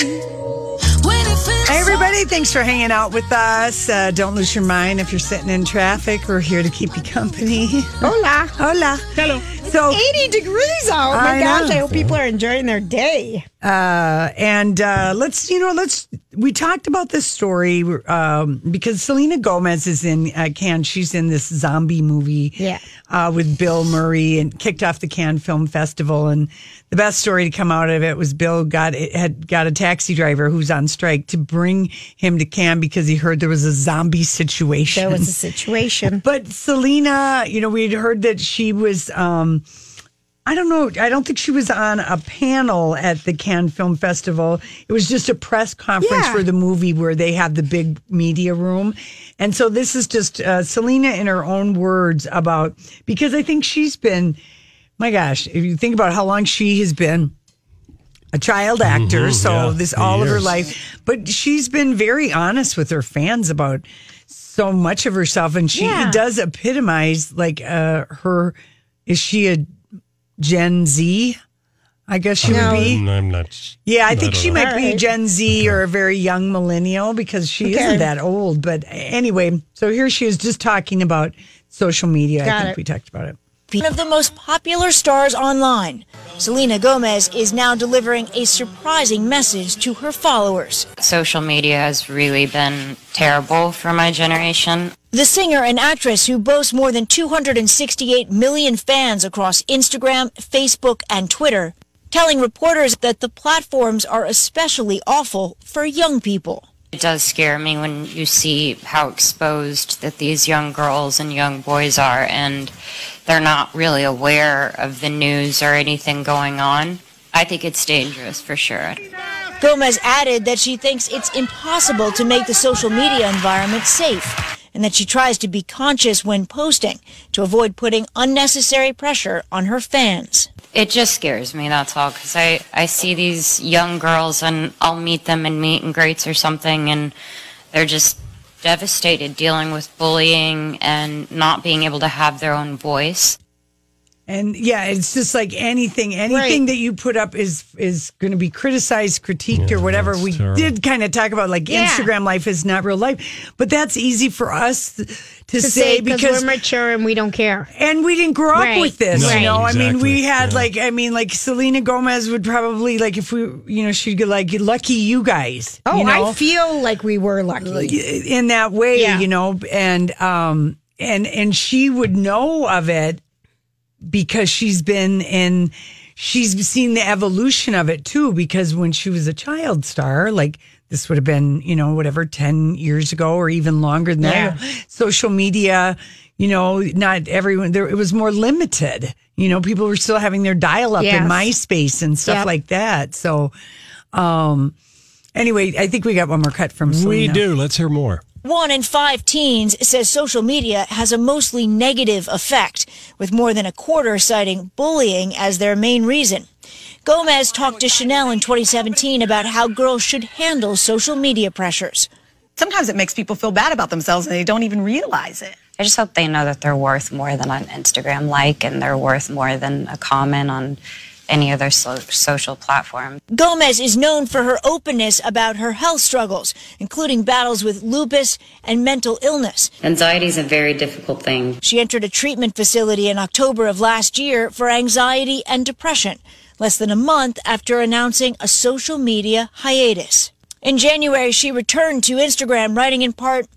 [SPEAKER 8] When it feels
[SPEAKER 2] Hey, everybody, thanks for hanging out with us. Uh, don't lose your mind if you're sitting in traffic. We're here to keep you company.
[SPEAKER 3] Hola.
[SPEAKER 2] Hola. Hello. So,
[SPEAKER 3] 80 degrees out. Oh
[SPEAKER 2] I
[SPEAKER 3] My gosh,
[SPEAKER 2] know.
[SPEAKER 3] I hope people are enjoying their day.
[SPEAKER 2] and uh, let's, you know, let's, we talked about this story um, because Selena Gomez is in uh, Cannes. She's in this zombie movie
[SPEAKER 3] Yeah.
[SPEAKER 2] uh, with Bill Murray and kicked off the Cannes Film Festival. And the best story to come out of it was Bill got had got a taxi driver who's on strike to bring him to Cannes because he heard there was a zombie situation.
[SPEAKER 3] There was
[SPEAKER 2] *laughs*
[SPEAKER 3] a situation.
[SPEAKER 2] But Selena, you know, we had heard that she was um, I don't know. I don't think she was on a panel at the Cannes Film Festival. It was just a press conference
[SPEAKER 3] Yeah.
[SPEAKER 2] for the movie where they had the big media room. And so this is just uh, Selena in her own words about, because I think she's been, my gosh, if you think about how long she has been a child actor,
[SPEAKER 9] Mhm,
[SPEAKER 2] so
[SPEAKER 9] yeah,
[SPEAKER 2] this
[SPEAKER 9] for
[SPEAKER 2] all of her
[SPEAKER 9] years.
[SPEAKER 2] life, but she's been very honest with her fans about so much of herself. And she
[SPEAKER 9] Yeah.
[SPEAKER 2] does epitomize like uh, her, is she a Gen Z? I guess she
[SPEAKER 3] Oh.
[SPEAKER 2] would be.
[SPEAKER 1] Mm, I'm, I'm not.
[SPEAKER 2] Yeah, I
[SPEAKER 1] I
[SPEAKER 2] think
[SPEAKER 1] don't
[SPEAKER 2] she
[SPEAKER 1] know.
[SPEAKER 2] might
[SPEAKER 1] All
[SPEAKER 2] be Gen Z or a very young millennial because she
[SPEAKER 3] Okay.
[SPEAKER 2] isn't that old. But anyway, so here she is just talking about social media. I
[SPEAKER 10] Got
[SPEAKER 2] think
[SPEAKER 10] it.
[SPEAKER 2] we talked about it.
[SPEAKER 10] One of the most popular stars online, Selena Gomez is now delivering a surprising message to her followers.
[SPEAKER 11] Social media has really been terrible for my generation.
[SPEAKER 10] The singer and actress who boasts more than 268 million fans across Instagram, Facebook, and Twitter, telling reporters that the platforms are especially awful for young people.
[SPEAKER 11] It does scare me when you see how exposed that these young girls and young boys are, and they're not really aware of the news or anything going on. I think it's dangerous for sure.
[SPEAKER 10] Gomez added that she thinks it's impossible to make the social media environment safe and that she tries to be conscious when posting to avoid putting unnecessary pressure on her fans.
[SPEAKER 11] It just scares me, that's all, because I, I see these young girls and I'll meet them in meet and greets or something, and they're just devastated dealing with bullying and not being able to have their own voice.
[SPEAKER 2] And yeah, it's just like anything, anything that you put up is is going to be criticized, critiqued, or whatever. We
[SPEAKER 9] terrible.
[SPEAKER 2] did kind of talk about like
[SPEAKER 3] Yeah.
[SPEAKER 2] Instagram life is not real life, but that's easy for us to, say because
[SPEAKER 3] we're mature and we don't care.
[SPEAKER 2] and we didn't grow up
[SPEAKER 3] Right,
[SPEAKER 2] with this.
[SPEAKER 3] right.
[SPEAKER 2] You know, I mean, we
[SPEAKER 3] Exactly,
[SPEAKER 2] had
[SPEAKER 3] yeah.
[SPEAKER 2] like, I mean, like Selena Gomez would probably like if we, you know, she'd get like lucky you guys.
[SPEAKER 3] Oh,
[SPEAKER 2] you know?
[SPEAKER 3] I feel like we were lucky.
[SPEAKER 2] in that way,
[SPEAKER 3] Yeah.
[SPEAKER 2] you know, and um and and she would know of it because she's been in she's seen the evolution of it too because when she was a child star like this would have been, you know, whatever 10 years ago or even longer than that. Social media, you know, not everyone there it was more limited. You know, people were still having their dial up in
[SPEAKER 9] Yes.
[SPEAKER 2] MySpace and stuff
[SPEAKER 9] Yep.
[SPEAKER 2] like that. So um anyway, I think we got one more cut from Selena.
[SPEAKER 1] We do. Let's hear more.
[SPEAKER 10] One in five teens says social media has a mostly negative effect, with more than a quarter citing bullying as their main reason. Gomez talked to Chanel in 2017 about how girls should handle social media pressures.
[SPEAKER 12] Sometimes it makes people feel bad about themselves and they don't even realize it.
[SPEAKER 11] I just hope they know that they're worth more than an Instagram like and they're worth more than a comment on any other so- social platform.
[SPEAKER 10] Gomez is known for her openness about her health struggles, including battles with lupus and mental illness.
[SPEAKER 11] Anxiety is a very difficult thing.
[SPEAKER 10] She entered a treatment facility in October of last year for anxiety and depression, less than a month after announcing a social media hiatus. In January, she returned to Instagram, writing in part,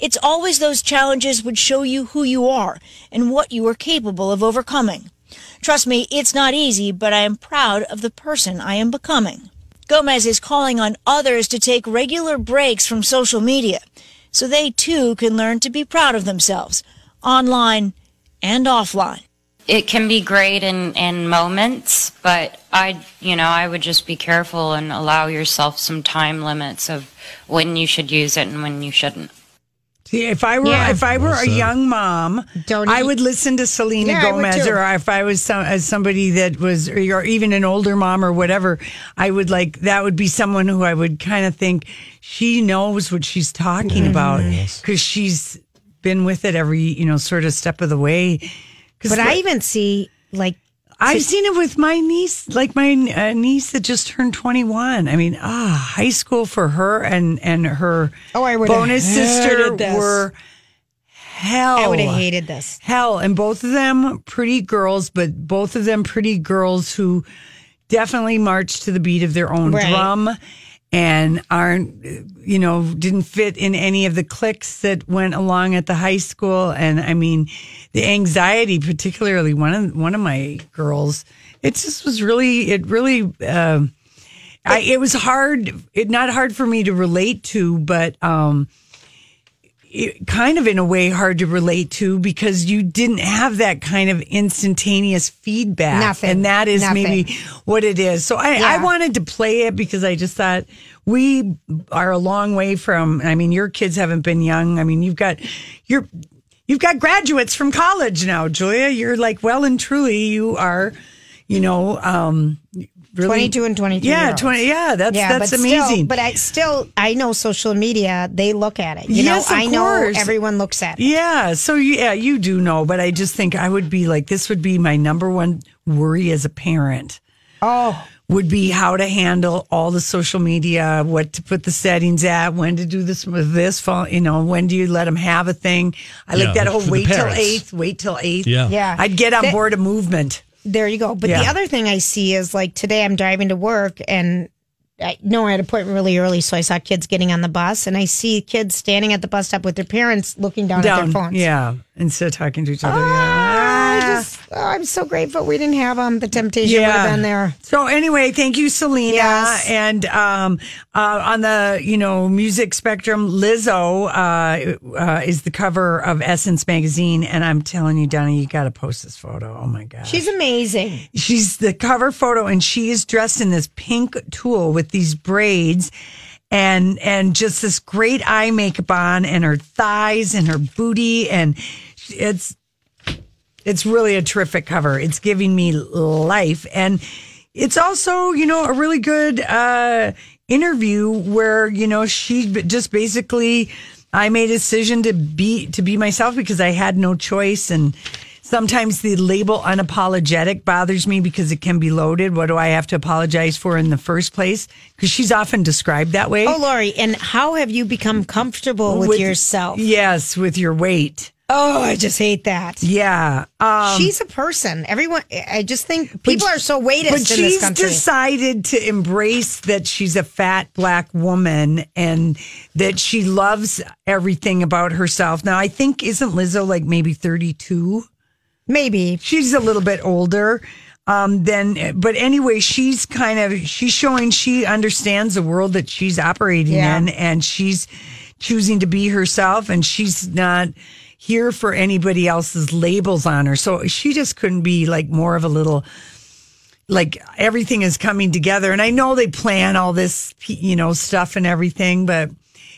[SPEAKER 10] It's always those challenges would show you who you are and what you are capable of overcoming. Trust me, it's not easy, but I am proud of the person I am becoming. Gomez is calling on others to take regular breaks from social media so they too can learn to be proud of themselves, online and offline.
[SPEAKER 11] It can be great in, in moments, but I, you know, I would just be careful and allow yourself some time limits of when you should use it and when you shouldn't.
[SPEAKER 2] See, if I were
[SPEAKER 11] Yeah.
[SPEAKER 2] if I were
[SPEAKER 11] Well
[SPEAKER 2] a
[SPEAKER 11] said.
[SPEAKER 2] young mom, I would listen to Selena
[SPEAKER 9] Yeah, I would
[SPEAKER 2] Gomez,
[SPEAKER 9] too.
[SPEAKER 2] or if I was some, as somebody that was, or you're even an older mom or whatever, I would like that would be someone who I would kind of think she knows what she's talking about because she's been with it every you know sort of step of the way. 'Cause
[SPEAKER 3] But I
[SPEAKER 2] what-
[SPEAKER 3] even see like
[SPEAKER 2] I've seen it with my niece, like my uh, niece that just turned 21. I mean, ah, high school for her and and her
[SPEAKER 3] Oh, I would've
[SPEAKER 2] bonus sister
[SPEAKER 3] hated this.
[SPEAKER 2] were Oh, hell.
[SPEAKER 3] I would've hated this.
[SPEAKER 2] Hell, and both of them pretty girls, but both of them pretty girls who definitely march to the beat of their own
[SPEAKER 3] Right.
[SPEAKER 2] drum and aren't you know didn't fit in any of the cliques that went along at the high school and i mean the anxiety particularly one of one of my girls it just was really it really um I, it was hard it not hard for me to relate to but um it- kind of in a way hard to relate to because you didn't have that kind of instantaneous feedback.
[SPEAKER 3] Nothing.
[SPEAKER 2] And that is
[SPEAKER 3] Nothing.
[SPEAKER 2] maybe what it is. So I, I wanted to play it because I just thought we are a long way from, I mean, your kids haven't been young. I mean, you've got, you're, you've got graduates from college now, Julia. You're like, well and truly, you are, you know, um, really-
[SPEAKER 3] 22 and 23
[SPEAKER 2] Yeah, 20. Yeah, that's, that's
[SPEAKER 3] but
[SPEAKER 2] amazing.
[SPEAKER 3] Still, but I still, I know social media, they look at it. You
[SPEAKER 2] Yes,
[SPEAKER 3] know,
[SPEAKER 2] of
[SPEAKER 3] I know
[SPEAKER 2] course.
[SPEAKER 3] everyone looks at it.
[SPEAKER 2] Yeah. So yeah, you do know, but I just think I would be like this would be my number one worry as a parent.
[SPEAKER 3] Oh,
[SPEAKER 2] would be how to handle all the social media, what to put the settings at, when to do this with this phone, you know, when do you let them have a thing? I like
[SPEAKER 3] Yeah,
[SPEAKER 2] that whole
[SPEAKER 3] for the
[SPEAKER 2] wait till
[SPEAKER 3] parents.
[SPEAKER 2] eighth, wait till eighth.
[SPEAKER 3] Yeah. Yeah.
[SPEAKER 2] I'd get on
[SPEAKER 3] That-
[SPEAKER 2] board a movement.
[SPEAKER 3] There you go. But the
[SPEAKER 2] Yeah.
[SPEAKER 3] other thing I see is like today I'm driving to work and I know I had an appointment really early, so I saw kids getting on the bus and I see kids standing at the bus stop with their parents looking down, at their phones. Ah,
[SPEAKER 2] Yeah. Instead of talking to each other. yeah.
[SPEAKER 3] I just, oh, I'm so grateful we didn't have um, the temptation would have been there.
[SPEAKER 2] So anyway, thank you, Selena.
[SPEAKER 3] Yes.
[SPEAKER 2] And um, uh, on the you know music spectrum, Lizzo uh, uh, is the cover of Essence magazine, and I'm telling you, Donna, you got to post this photo. Oh my god,
[SPEAKER 3] She's amazing.
[SPEAKER 2] she's the cover photo, and she is dressed in this pink tulle with these braids. And and just this great eye makeup on, and her thighs and her booty, and it's it's really a terrific cover. It's giving me life. And it's also, you know, a really good uh, interview where, you know, she b- just basically, I made a decision to be, to be myself because I had no choice. And sometimes the label unapologetic bothers me because it can be loaded. What do I have to apologize for in the first place? Because she's often described that way.
[SPEAKER 3] Oh, Lori, and how have you become comfortable with, yourself?
[SPEAKER 2] Yes, with your weight.
[SPEAKER 3] Oh, I just hate that.
[SPEAKER 2] Yeah. Um,
[SPEAKER 3] She's a person. Everyone, I just think people are so weightist
[SPEAKER 2] But
[SPEAKER 3] in
[SPEAKER 2] she's
[SPEAKER 3] this country.
[SPEAKER 2] decided to embrace that she's a fat black woman and that she loves everything about herself. Now, I think isn't Lizzo like maybe thirty-two?
[SPEAKER 3] Maybe
[SPEAKER 2] she's a little bit older. Um, then, but anyway, she's kind of she's showing she understands the world that she's operating
[SPEAKER 3] Yeah.
[SPEAKER 2] in, and she's choosing to be herself, and she's not here for anybody else's labels on her. So she just couldn't be like more of a little like everything is coming together and i know they plan all this you know stuff and everything but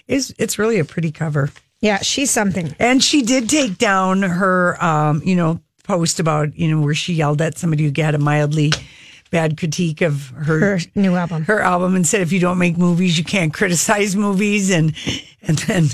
[SPEAKER 2] it's it's really a pretty cover
[SPEAKER 3] yeah she's something
[SPEAKER 2] and she did take down her um you know post about you know where she yelled at somebody who had a mildly bad critique of her
[SPEAKER 3] Her new album.
[SPEAKER 2] her album and said if you don't make movies you can't criticize movies and and then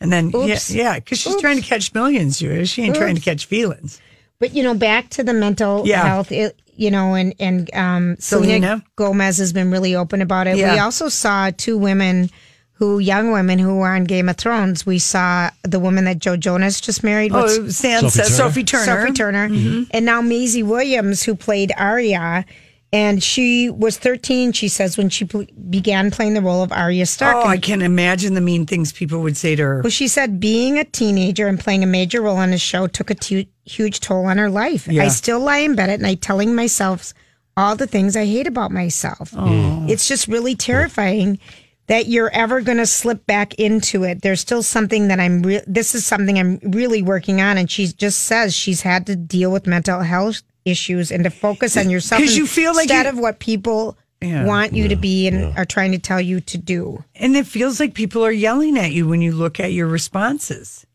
[SPEAKER 2] and then
[SPEAKER 3] Oops.
[SPEAKER 2] yeah yeah because she's trying to catch millions you she ain't trying to catch feelings
[SPEAKER 3] But you know, back to the mental
[SPEAKER 2] Yeah.
[SPEAKER 3] health, it, you know, and and um, Selena.
[SPEAKER 2] Selena.
[SPEAKER 3] Gomez has been really open about it. We
[SPEAKER 2] Yeah.
[SPEAKER 3] also saw two women who, young women who were on Game of Thrones. We saw the woman that Joe Jonas just married.
[SPEAKER 2] Oh,
[SPEAKER 3] what's-
[SPEAKER 2] Sansa- Sophie Turner. Sophie Turner. Mm-hmm.
[SPEAKER 3] Sophie Turner, and now Maisie Williams, who played Arya. And she was 13, she says, when she pl- began playing the role of Arya Stark.
[SPEAKER 2] oh
[SPEAKER 3] And
[SPEAKER 2] i can imagine the mean things people would say to her
[SPEAKER 3] well, she said being a teenager and playing a major role on a show took a tu- huge toll on her life.
[SPEAKER 2] Yeah.
[SPEAKER 3] I still lie in bed at night telling myself all the things I hate about myself.
[SPEAKER 2] Oh. Mm.
[SPEAKER 3] It's just really terrifying that you're ever going to slip back into it. There's still something that I'm re- this is something I'm really working on and she just says she's had to deal with mental health issues and to focus on yourself
[SPEAKER 2] 'Cause you feel like
[SPEAKER 3] instead
[SPEAKER 2] you-
[SPEAKER 3] of what people
[SPEAKER 2] Yeah.
[SPEAKER 3] want you to be and are trying to tell you to do.
[SPEAKER 2] And it feels like people are yelling at you when you look at your responses,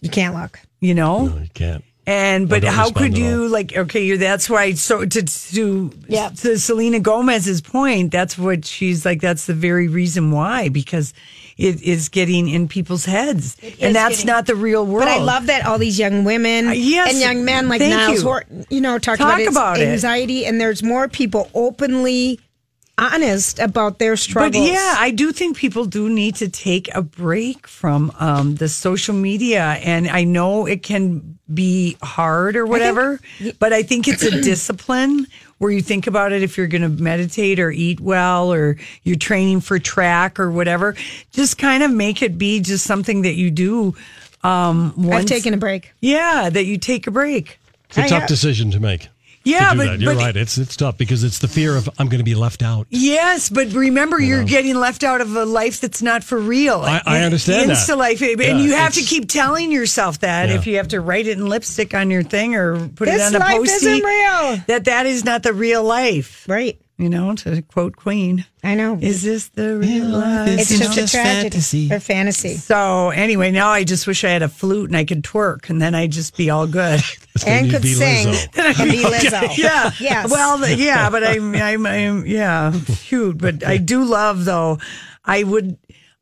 [SPEAKER 3] You can't look.
[SPEAKER 2] you know?
[SPEAKER 1] I can't.
[SPEAKER 2] And but
[SPEAKER 1] Oh, don't
[SPEAKER 2] how
[SPEAKER 1] respond
[SPEAKER 2] could
[SPEAKER 1] at
[SPEAKER 2] you like okay you're that's why so to to
[SPEAKER 3] Yeah.
[SPEAKER 2] to Selena Gomez's point that's what she's like that's the very reason why because it is getting in people's heads
[SPEAKER 3] is
[SPEAKER 2] and that's
[SPEAKER 3] getting-
[SPEAKER 2] not the real world
[SPEAKER 3] But I love that all these young women
[SPEAKER 2] Uh, yes.
[SPEAKER 3] and young men like
[SPEAKER 2] Thank
[SPEAKER 3] Niles
[SPEAKER 2] you.
[SPEAKER 3] Horton, you know, talk,
[SPEAKER 2] Talk
[SPEAKER 3] about, it. It's
[SPEAKER 2] about it.
[SPEAKER 3] anxiety, and there's more people openly honest about their
[SPEAKER 2] but
[SPEAKER 3] struggles.
[SPEAKER 2] yeah I do think people do need to take a break from um, the social media and I know it can be hard or whatever but I think
[SPEAKER 3] *clears throat*
[SPEAKER 2] it's a discipline where you think about it if you're going to meditate or eat well or you're training for track or whatever just kind of make it be just something that you do um
[SPEAKER 3] I've
[SPEAKER 2] once
[SPEAKER 3] taken a break.
[SPEAKER 2] yeah that you take a break
[SPEAKER 1] It's a
[SPEAKER 3] I
[SPEAKER 1] tough
[SPEAKER 3] have-
[SPEAKER 1] decision to make.
[SPEAKER 2] Yeah,
[SPEAKER 1] to do
[SPEAKER 2] but-
[SPEAKER 1] that. you're
[SPEAKER 2] but-
[SPEAKER 1] right. It's it's tough because it's the fear of I'm going to be left out.
[SPEAKER 2] Yes, but remember, you're getting left out of a life that's not for real.
[SPEAKER 1] I- I understand that.
[SPEAKER 2] Insta life, and
[SPEAKER 1] Yeah,
[SPEAKER 2] you have to
[SPEAKER 1] it's-
[SPEAKER 2] keep telling yourself that
[SPEAKER 1] Yeah.
[SPEAKER 2] if you have to write it in lipstick on your thing or put
[SPEAKER 3] This
[SPEAKER 2] it on a
[SPEAKER 3] life
[SPEAKER 2] post
[SPEAKER 3] isn't real.
[SPEAKER 2] That that is not the real life,
[SPEAKER 3] right?
[SPEAKER 2] You know, to quote Queen.
[SPEAKER 3] I know.
[SPEAKER 2] Is this the real life?
[SPEAKER 3] It's just a tragedy or fantasy.
[SPEAKER 2] So anyway, now I just wish I had a flute and I could twerk, and then I'd just be all good. *laughs*
[SPEAKER 3] then And you'd could be sing Lizzo.
[SPEAKER 2] Then I'd
[SPEAKER 3] and be Lizzo.
[SPEAKER 2] Yeah.
[SPEAKER 3] Yes.
[SPEAKER 2] Well, the- yeah, but I'm, I'm, I'm, yeah, cute. But I do love though. I would.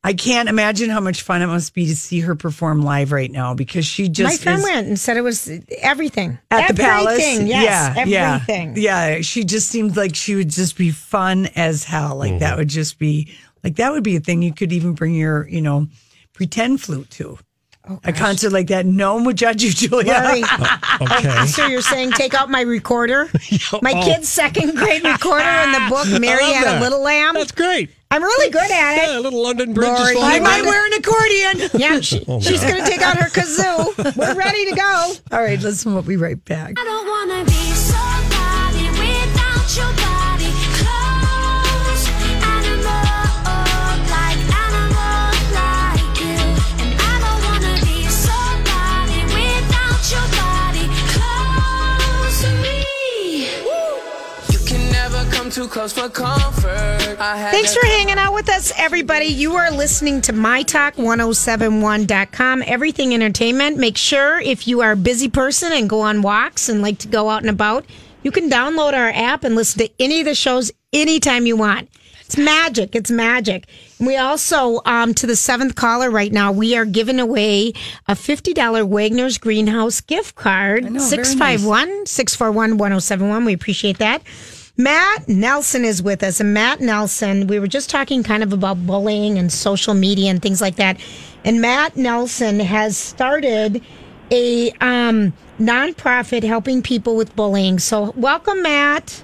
[SPEAKER 2] I can't imagine how much fun it must be to see her perform live right now because she just
[SPEAKER 3] My friend
[SPEAKER 2] is
[SPEAKER 3] went and said it was everything
[SPEAKER 2] at the palace.
[SPEAKER 3] Everything, Yes,
[SPEAKER 2] yeah,
[SPEAKER 3] everything.
[SPEAKER 2] Yeah, yeah. She just seemed like she would just be fun as hell. Like that would just be like that would be a thing you could even bring your you know pretend flute to.
[SPEAKER 3] Oh,
[SPEAKER 2] a concert like that, no one would judge you, *laughs* Julia.
[SPEAKER 3] Lori. *laughs*
[SPEAKER 1] okay.
[SPEAKER 3] So you're saying take out my
[SPEAKER 2] *laughs*
[SPEAKER 3] recorder, my
[SPEAKER 2] oh.
[SPEAKER 3] kid's second grade
[SPEAKER 2] *laughs*
[SPEAKER 3] recorder in the book Mary
[SPEAKER 1] I love
[SPEAKER 3] Had
[SPEAKER 1] that.
[SPEAKER 3] a Little Lamb.
[SPEAKER 1] That's great.
[SPEAKER 3] I'm really good at it.
[SPEAKER 1] Yeah, little London Bridge is
[SPEAKER 3] Lori,
[SPEAKER 1] falling
[SPEAKER 3] am I
[SPEAKER 1] down.
[SPEAKER 3] wearing
[SPEAKER 2] an accordion?
[SPEAKER 3] Yeah, she-
[SPEAKER 1] Oh,
[SPEAKER 3] she's
[SPEAKER 1] God.
[SPEAKER 3] going to take out her kazoo. We're ready to go.
[SPEAKER 2] All right, listen, we'll be right back.
[SPEAKER 8] I don't wanna be somebody without your body. Close animal like animal like you. And I don't wanna be somebody without your body. Close to me. You can never come too close for comfort. I had
[SPEAKER 3] Thanks for hanging out with us, everybody. You are listening to mytalk1071.com, everything entertainment. Make sure if you are a busy person and go on walks and like to go out and about, you can download our app and listen to any of the shows anytime you want. It's magic. It's magic. And we also, um, to the seventh caller right now, we are giving away a $50 Wagner's Greenhouse gift card.
[SPEAKER 2] know, very nice.
[SPEAKER 3] 651 641 1071. We appreciate that. Matt Nelson is with us. And Matt Nelson, we were just talking kind of about bullying and social media and things like that. And Matt Nelson has started a um, nonprofit helping people with bullying. So, welcome, Matt.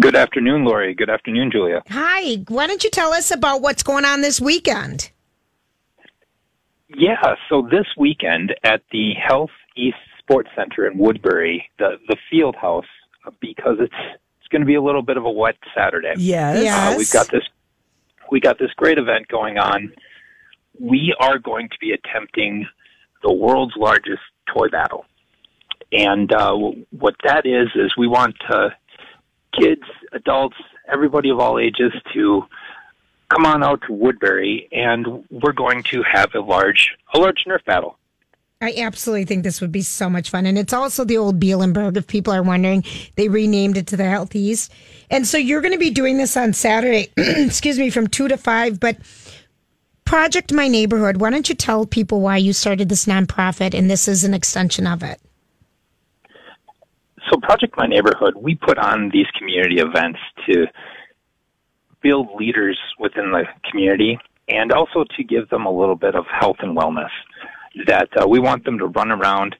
[SPEAKER 9] Good afternoon, Lori. Good afternoon, Julia.
[SPEAKER 3] Hi. Why don't you tell us about what's going on this weekend?
[SPEAKER 9] Yeah, so this weekend at the Health East Sports Center in Woodbury, the the field house, because it's it's going to be a little bit of a wet Saturday.
[SPEAKER 2] Yes.
[SPEAKER 9] Uh, we've got this we got this great event going on. We are going to be attempting the world's largest toy battle, and uh, w- what that is is we want uh, kids, adults, everybody of all ages to come on out to Woodbury, and we're going to have a large a large Nerf battle.
[SPEAKER 3] I absolutely think this would be so much fun. And it's also the old Bielenberg, if people are wondering. They renamed it to the Health East. And so you're going to be doing this on Saturday, *clears throat* excuse me, from 2 to 5. But Project My Neighborhood, why don't you tell people why you started this nonprofit and this is an extension of it?
[SPEAKER 9] So, Project My Neighborhood, we put on these community events to build leaders within the community and also to give them a little bit of health and wellness. That uh, we want them to run around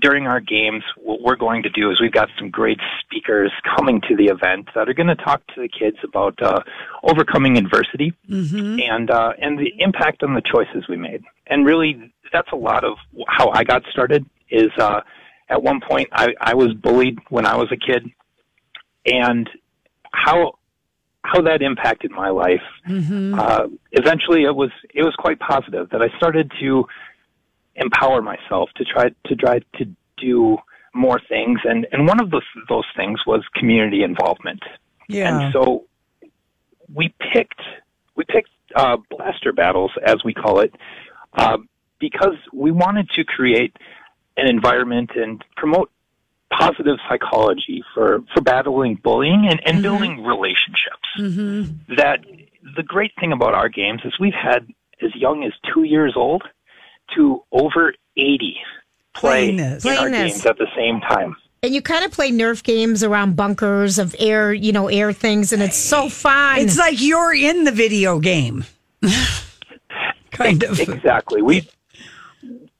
[SPEAKER 9] during our games. What we're going to do is we've got some great speakers coming to the event that are going to talk to the kids about uh, overcoming adversity and uh, and the impact on the choices we made. And really, that's a lot of how I got started. Is uh, at one point I, I was bullied when I was a kid, and how how that impacted my life. Uh, eventually, it was it was quite positive that I started to empower myself to try to try to do more things, and and one of those those things was community involvement.
[SPEAKER 2] Yeah.
[SPEAKER 9] And so we picked we picked uh, blaster battles as we call it uh, because we wanted to create an environment and promote positive psychology for for battling bullying and,
[SPEAKER 3] Mm-hmm.
[SPEAKER 9] and building relationships. That the great thing about our games is we've had as young as two years old to over eighty play
[SPEAKER 3] Playing
[SPEAKER 9] in
[SPEAKER 3] this.
[SPEAKER 9] our
[SPEAKER 3] Playing this.
[SPEAKER 9] games at the same time.
[SPEAKER 3] And you kind of play Nerf games around bunkers of air, you know, air things, and it's so fun.
[SPEAKER 2] It's like you're in the video game. *laughs* kind of.
[SPEAKER 9] Exactly. We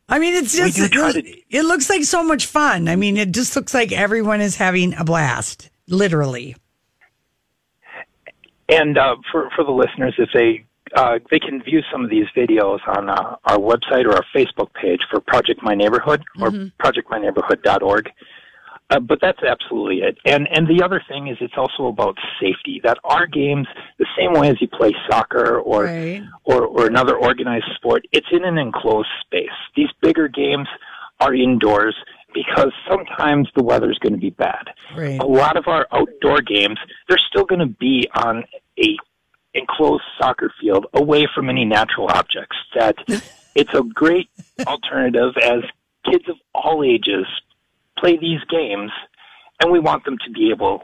[SPEAKER 2] I mean, it's just, it, it looks like so much fun. I mean, it just looks like everyone is having a blast, literally.
[SPEAKER 9] And uh, for for the listeners, if they uh, they can view some of these videos on uh, our website or our Facebook page for Project My Neighborhood or projectmyneighborhood.org. Uh, but that's absolutely it. And and the other thing is, it's also about safety. That our games, the same way as you play soccer or
[SPEAKER 2] Right.
[SPEAKER 9] or, or another organized sport, it's in an enclosed space. These bigger games are indoors because sometimes the weather's going to be bad.
[SPEAKER 2] Right.
[SPEAKER 9] A lot of our outdoor games, they're still going to be on a enclosed soccer field away from any natural objects. That it's a great alternative as kids of all ages play these games, and we want them to be able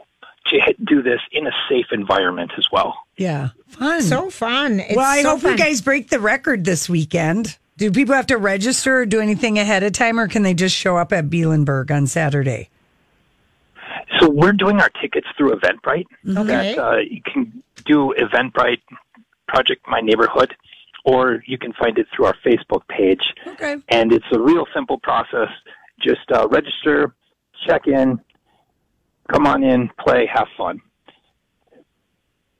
[SPEAKER 9] to hit- do this in a safe environment as well.
[SPEAKER 2] Yeah. Fun.
[SPEAKER 3] So fun. It's
[SPEAKER 2] well, I
[SPEAKER 3] so
[SPEAKER 2] hope
[SPEAKER 3] fun.
[SPEAKER 2] you guys break the record this weekend. Do people have to register or do anything ahead of time, or can they just show up at Bielenberg on Saturday?
[SPEAKER 9] So we're doing our tickets through Eventbrite.
[SPEAKER 3] Mm-hmm. Okay.
[SPEAKER 9] That, uh, you can do Eventbrite Project My Neighborhood, or you can find it through our Facebook page.
[SPEAKER 2] Okay.
[SPEAKER 9] And it's a real simple process. Just uh, register, check in, come on in, play, have fun.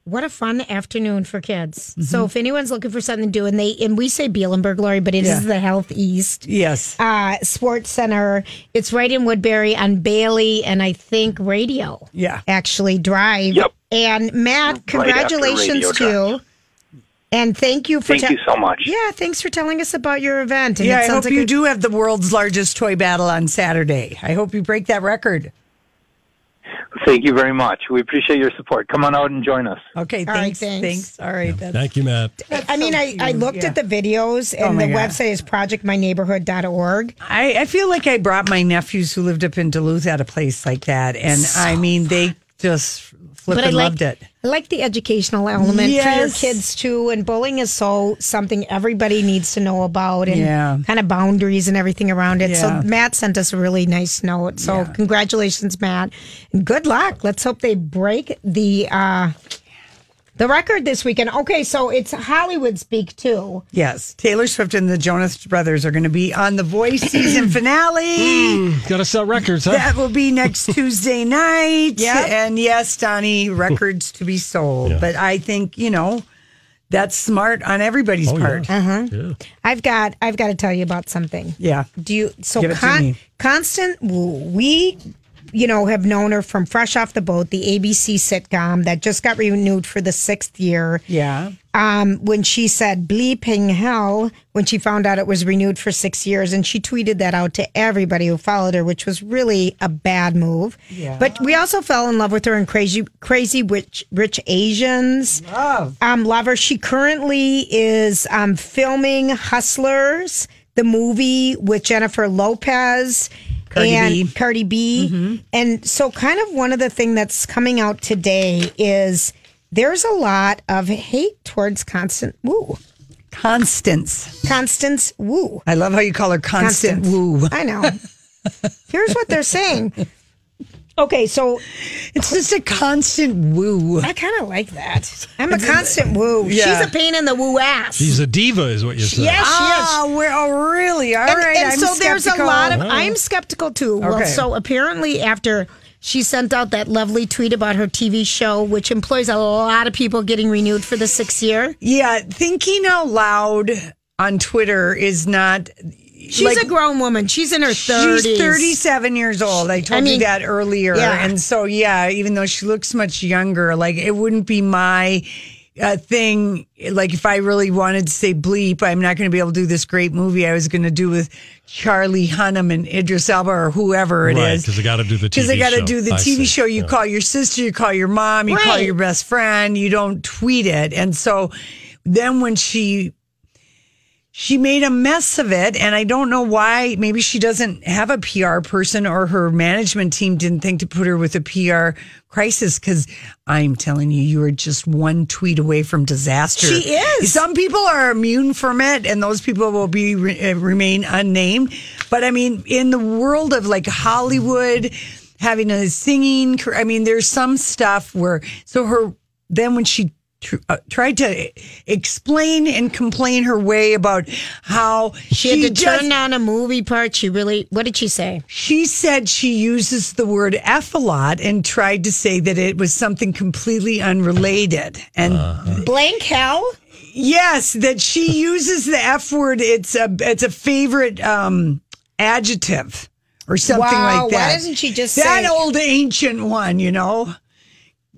[SPEAKER 3] What a fun afternoon for kids.
[SPEAKER 2] Mm-hmm.
[SPEAKER 3] So if anyone's looking for something to do, and they and we say Bielenberg Lori, but it is
[SPEAKER 2] Yeah.
[SPEAKER 3] the Health East
[SPEAKER 2] Yes.
[SPEAKER 3] uh, Sports Center. It's right in Woodbury on Bailey and I think Radio.
[SPEAKER 2] Yeah.
[SPEAKER 3] actually drive.
[SPEAKER 9] Yep.
[SPEAKER 3] And Matt,
[SPEAKER 9] Right after
[SPEAKER 3] congratulations
[SPEAKER 9] Radio
[SPEAKER 3] to you. And thank you for
[SPEAKER 9] Thank you so much.
[SPEAKER 3] Yeah, thanks for telling us about your event. And
[SPEAKER 2] Yeah,
[SPEAKER 3] it
[SPEAKER 2] I
[SPEAKER 3] sounds
[SPEAKER 2] hope
[SPEAKER 3] like
[SPEAKER 2] you
[SPEAKER 3] a-
[SPEAKER 2] do have the world's largest toy battle on Saturday. I hope you break that record.
[SPEAKER 9] Thank you very much. We appreciate your support. Come on out and join us.
[SPEAKER 2] Okay,
[SPEAKER 3] All right,
[SPEAKER 2] thanks.
[SPEAKER 3] thanks.
[SPEAKER 2] thanks. All right. that's-
[SPEAKER 1] Thank you, Matt.
[SPEAKER 3] *laughs* I mean, I, I looked at the videos
[SPEAKER 2] Oh
[SPEAKER 3] and
[SPEAKER 2] my
[SPEAKER 3] the
[SPEAKER 2] God.
[SPEAKER 3] website is projectmyneighborhood.org.
[SPEAKER 2] I, I feel like I brought my nephews who lived up in Duluth at a place like that. And I mean, they just flipping
[SPEAKER 3] I like-
[SPEAKER 2] loved it.
[SPEAKER 3] I like the educational element
[SPEAKER 2] Yes.
[SPEAKER 3] for your kids too. And bullying is so something everybody needs to know about and
[SPEAKER 2] Yeah.
[SPEAKER 3] kind of boundaries and everything around it.
[SPEAKER 2] Yeah.
[SPEAKER 3] So Matt sent us a really nice note. So congratulations, Matt. And good luck. Let's hope they break the uh the record this weekend. Okay, so it's Hollywood speak too.
[SPEAKER 2] Yes. Taylor Swift and the Jonas Brothers are going to be on
[SPEAKER 3] *clears throat*
[SPEAKER 2] The Voice season
[SPEAKER 3] Mm.
[SPEAKER 2] finale.
[SPEAKER 1] Mm, Gotta sell records, huh?
[SPEAKER 2] That will
[SPEAKER 3] *laughs*
[SPEAKER 2] be next Tuesday night.
[SPEAKER 3] Yep.
[SPEAKER 2] And yes, Donnie, records to be sold. But I think, you know, that's smart on everybody's
[SPEAKER 1] Oh, yeah.
[SPEAKER 2] part.
[SPEAKER 3] Uh-huh.
[SPEAKER 2] Yeah.
[SPEAKER 1] Yeah.
[SPEAKER 3] I've got I've got to tell you about something. Do you so
[SPEAKER 2] Give it to
[SPEAKER 3] Con-
[SPEAKER 2] me.
[SPEAKER 3] Constant Wu, we you know have known her from Fresh Off the Boat, the ABC sitcom that just got renewed for the 6th year.
[SPEAKER 2] Yeah.
[SPEAKER 3] Um when she said bleeping hell when she found out it was renewed for 6 years and she tweeted that out to everybody who followed her which was really a bad move.
[SPEAKER 2] Yeah.
[SPEAKER 3] But we also fell in love with her in Crazy Crazy Rich Rich Asians.
[SPEAKER 2] Love.
[SPEAKER 3] Um, lover. She currently is um, filming Hustlers, the movie with Jennifer Lopez
[SPEAKER 2] Cardi
[SPEAKER 3] and
[SPEAKER 2] B. Mm-hmm.
[SPEAKER 3] Cardi B. And so, kind of one of the thing that's coming out today is there's a lot of hate towards Constant Woo,
[SPEAKER 2] Constance.
[SPEAKER 3] Constance Woo.
[SPEAKER 2] I love how you call her Constant, Woo.
[SPEAKER 3] I
[SPEAKER 2] *laughs*
[SPEAKER 3] know. Here's what they're saying. Okay, so
[SPEAKER 2] It's just a constant woo.
[SPEAKER 3] I kind of like that. I'm a constant woo.
[SPEAKER 2] Yeah.
[SPEAKER 3] She's a pain in the woo ass.
[SPEAKER 1] She's a diva, is what you're saying.
[SPEAKER 3] Yes, she is.
[SPEAKER 2] Oh, we're, oh really? All
[SPEAKER 3] and,
[SPEAKER 2] right,
[SPEAKER 3] and
[SPEAKER 2] I'm
[SPEAKER 3] so there's a
[SPEAKER 2] skeptical.
[SPEAKER 3] lot of
[SPEAKER 1] Wow.
[SPEAKER 3] i'm skeptical too well
[SPEAKER 2] Okay.
[SPEAKER 3] so apparently after she sent out that lovely tweet about her tv show which employs a lot of people getting renewed for the sixth year
[SPEAKER 2] Yeah, thinking out loud on Twitter is not.
[SPEAKER 3] she's a grown woman she's in her 30s
[SPEAKER 2] She's 37 years old. I told
[SPEAKER 3] mean,
[SPEAKER 2] you that earlier.
[SPEAKER 3] yeah.
[SPEAKER 2] And so, yeah, even though she looks much younger, like it wouldn't be my uh, thing. Like if I really wanted to say bleep, I'm not going to be able to do this great movie I was going to do with Charlie Hunnam and Idris Elba or whoever it is.
[SPEAKER 1] Right, 'cause they gotta do the
[SPEAKER 2] Because I
[SPEAKER 1] TV
[SPEAKER 2] got to
[SPEAKER 1] show.
[SPEAKER 2] do the
[SPEAKER 1] I
[SPEAKER 2] TV
[SPEAKER 1] see.
[SPEAKER 2] show. You
[SPEAKER 1] Yeah.
[SPEAKER 2] call your sister, you call your mom, you call
[SPEAKER 3] Right.
[SPEAKER 2] your best friend, you don't tweet it. And so then when she she made a mess of it and i don't know why maybe she doesn't have a pr person or her management team didn't think to put her with a pr crisis because i'm telling you you are just one tweet away from disaster
[SPEAKER 3] She is.
[SPEAKER 2] some people are immune from it and those people will be re- uh, remain unnamed but i mean in the world of like hollywood having a singing car- i mean there's some stuff where so her then when she tr- uh, tried to explain and complain her way about how
[SPEAKER 3] she had to
[SPEAKER 2] just-
[SPEAKER 3] turn down a movie part she really what did she say
[SPEAKER 2] she said she uses the word F a lot and tried to say that it was something completely unrelated. And
[SPEAKER 3] blank hell
[SPEAKER 2] yes, that
[SPEAKER 3] *laughs*
[SPEAKER 2] she uses the F word. It's a it's a favorite um, adjective or something
[SPEAKER 3] Wow,
[SPEAKER 2] like
[SPEAKER 3] why
[SPEAKER 2] that.
[SPEAKER 3] doesn't she just
[SPEAKER 2] that
[SPEAKER 3] say-
[SPEAKER 2] old ancient one? You know.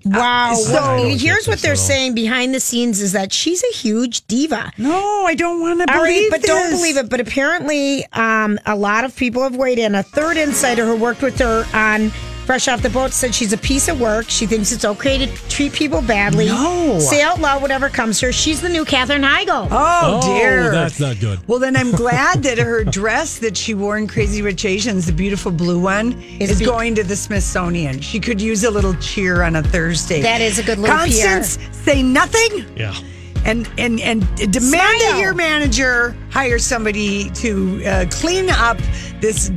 [SPEAKER 3] Wow.
[SPEAKER 2] so-
[SPEAKER 3] well,
[SPEAKER 2] I don't
[SPEAKER 3] here's
[SPEAKER 2] think
[SPEAKER 3] what they're
[SPEAKER 2] so.
[SPEAKER 3] saying behind the scenes is that she's a huge diva.
[SPEAKER 2] No, I don't want to believe
[SPEAKER 3] but don't
[SPEAKER 2] this.
[SPEAKER 3] believe it. But apparently, um, a lot of people have weighed in. A third insider who worked with her on Fresh Off the Boat said she's a piece of work. She thinks it's okay to treat people badly.
[SPEAKER 2] No.
[SPEAKER 3] Say out loud whatever comes to her. She's the new Katherine Heigl.
[SPEAKER 2] Oh, dear.
[SPEAKER 1] that's not good.
[SPEAKER 2] Well, then
[SPEAKER 1] *laughs*
[SPEAKER 2] I'm glad that her dress that she wore in Crazy Rich Asians, the beautiful blue one, is,
[SPEAKER 3] be-
[SPEAKER 2] going to the Smithsonian. She could use a little cheer on a Thursday.
[SPEAKER 3] That is a good little
[SPEAKER 2] Constance, say nothing
[SPEAKER 1] Yeah.
[SPEAKER 2] and and and demand that
[SPEAKER 3] Smile.
[SPEAKER 2] your manager hire somebody to uh, clean up this.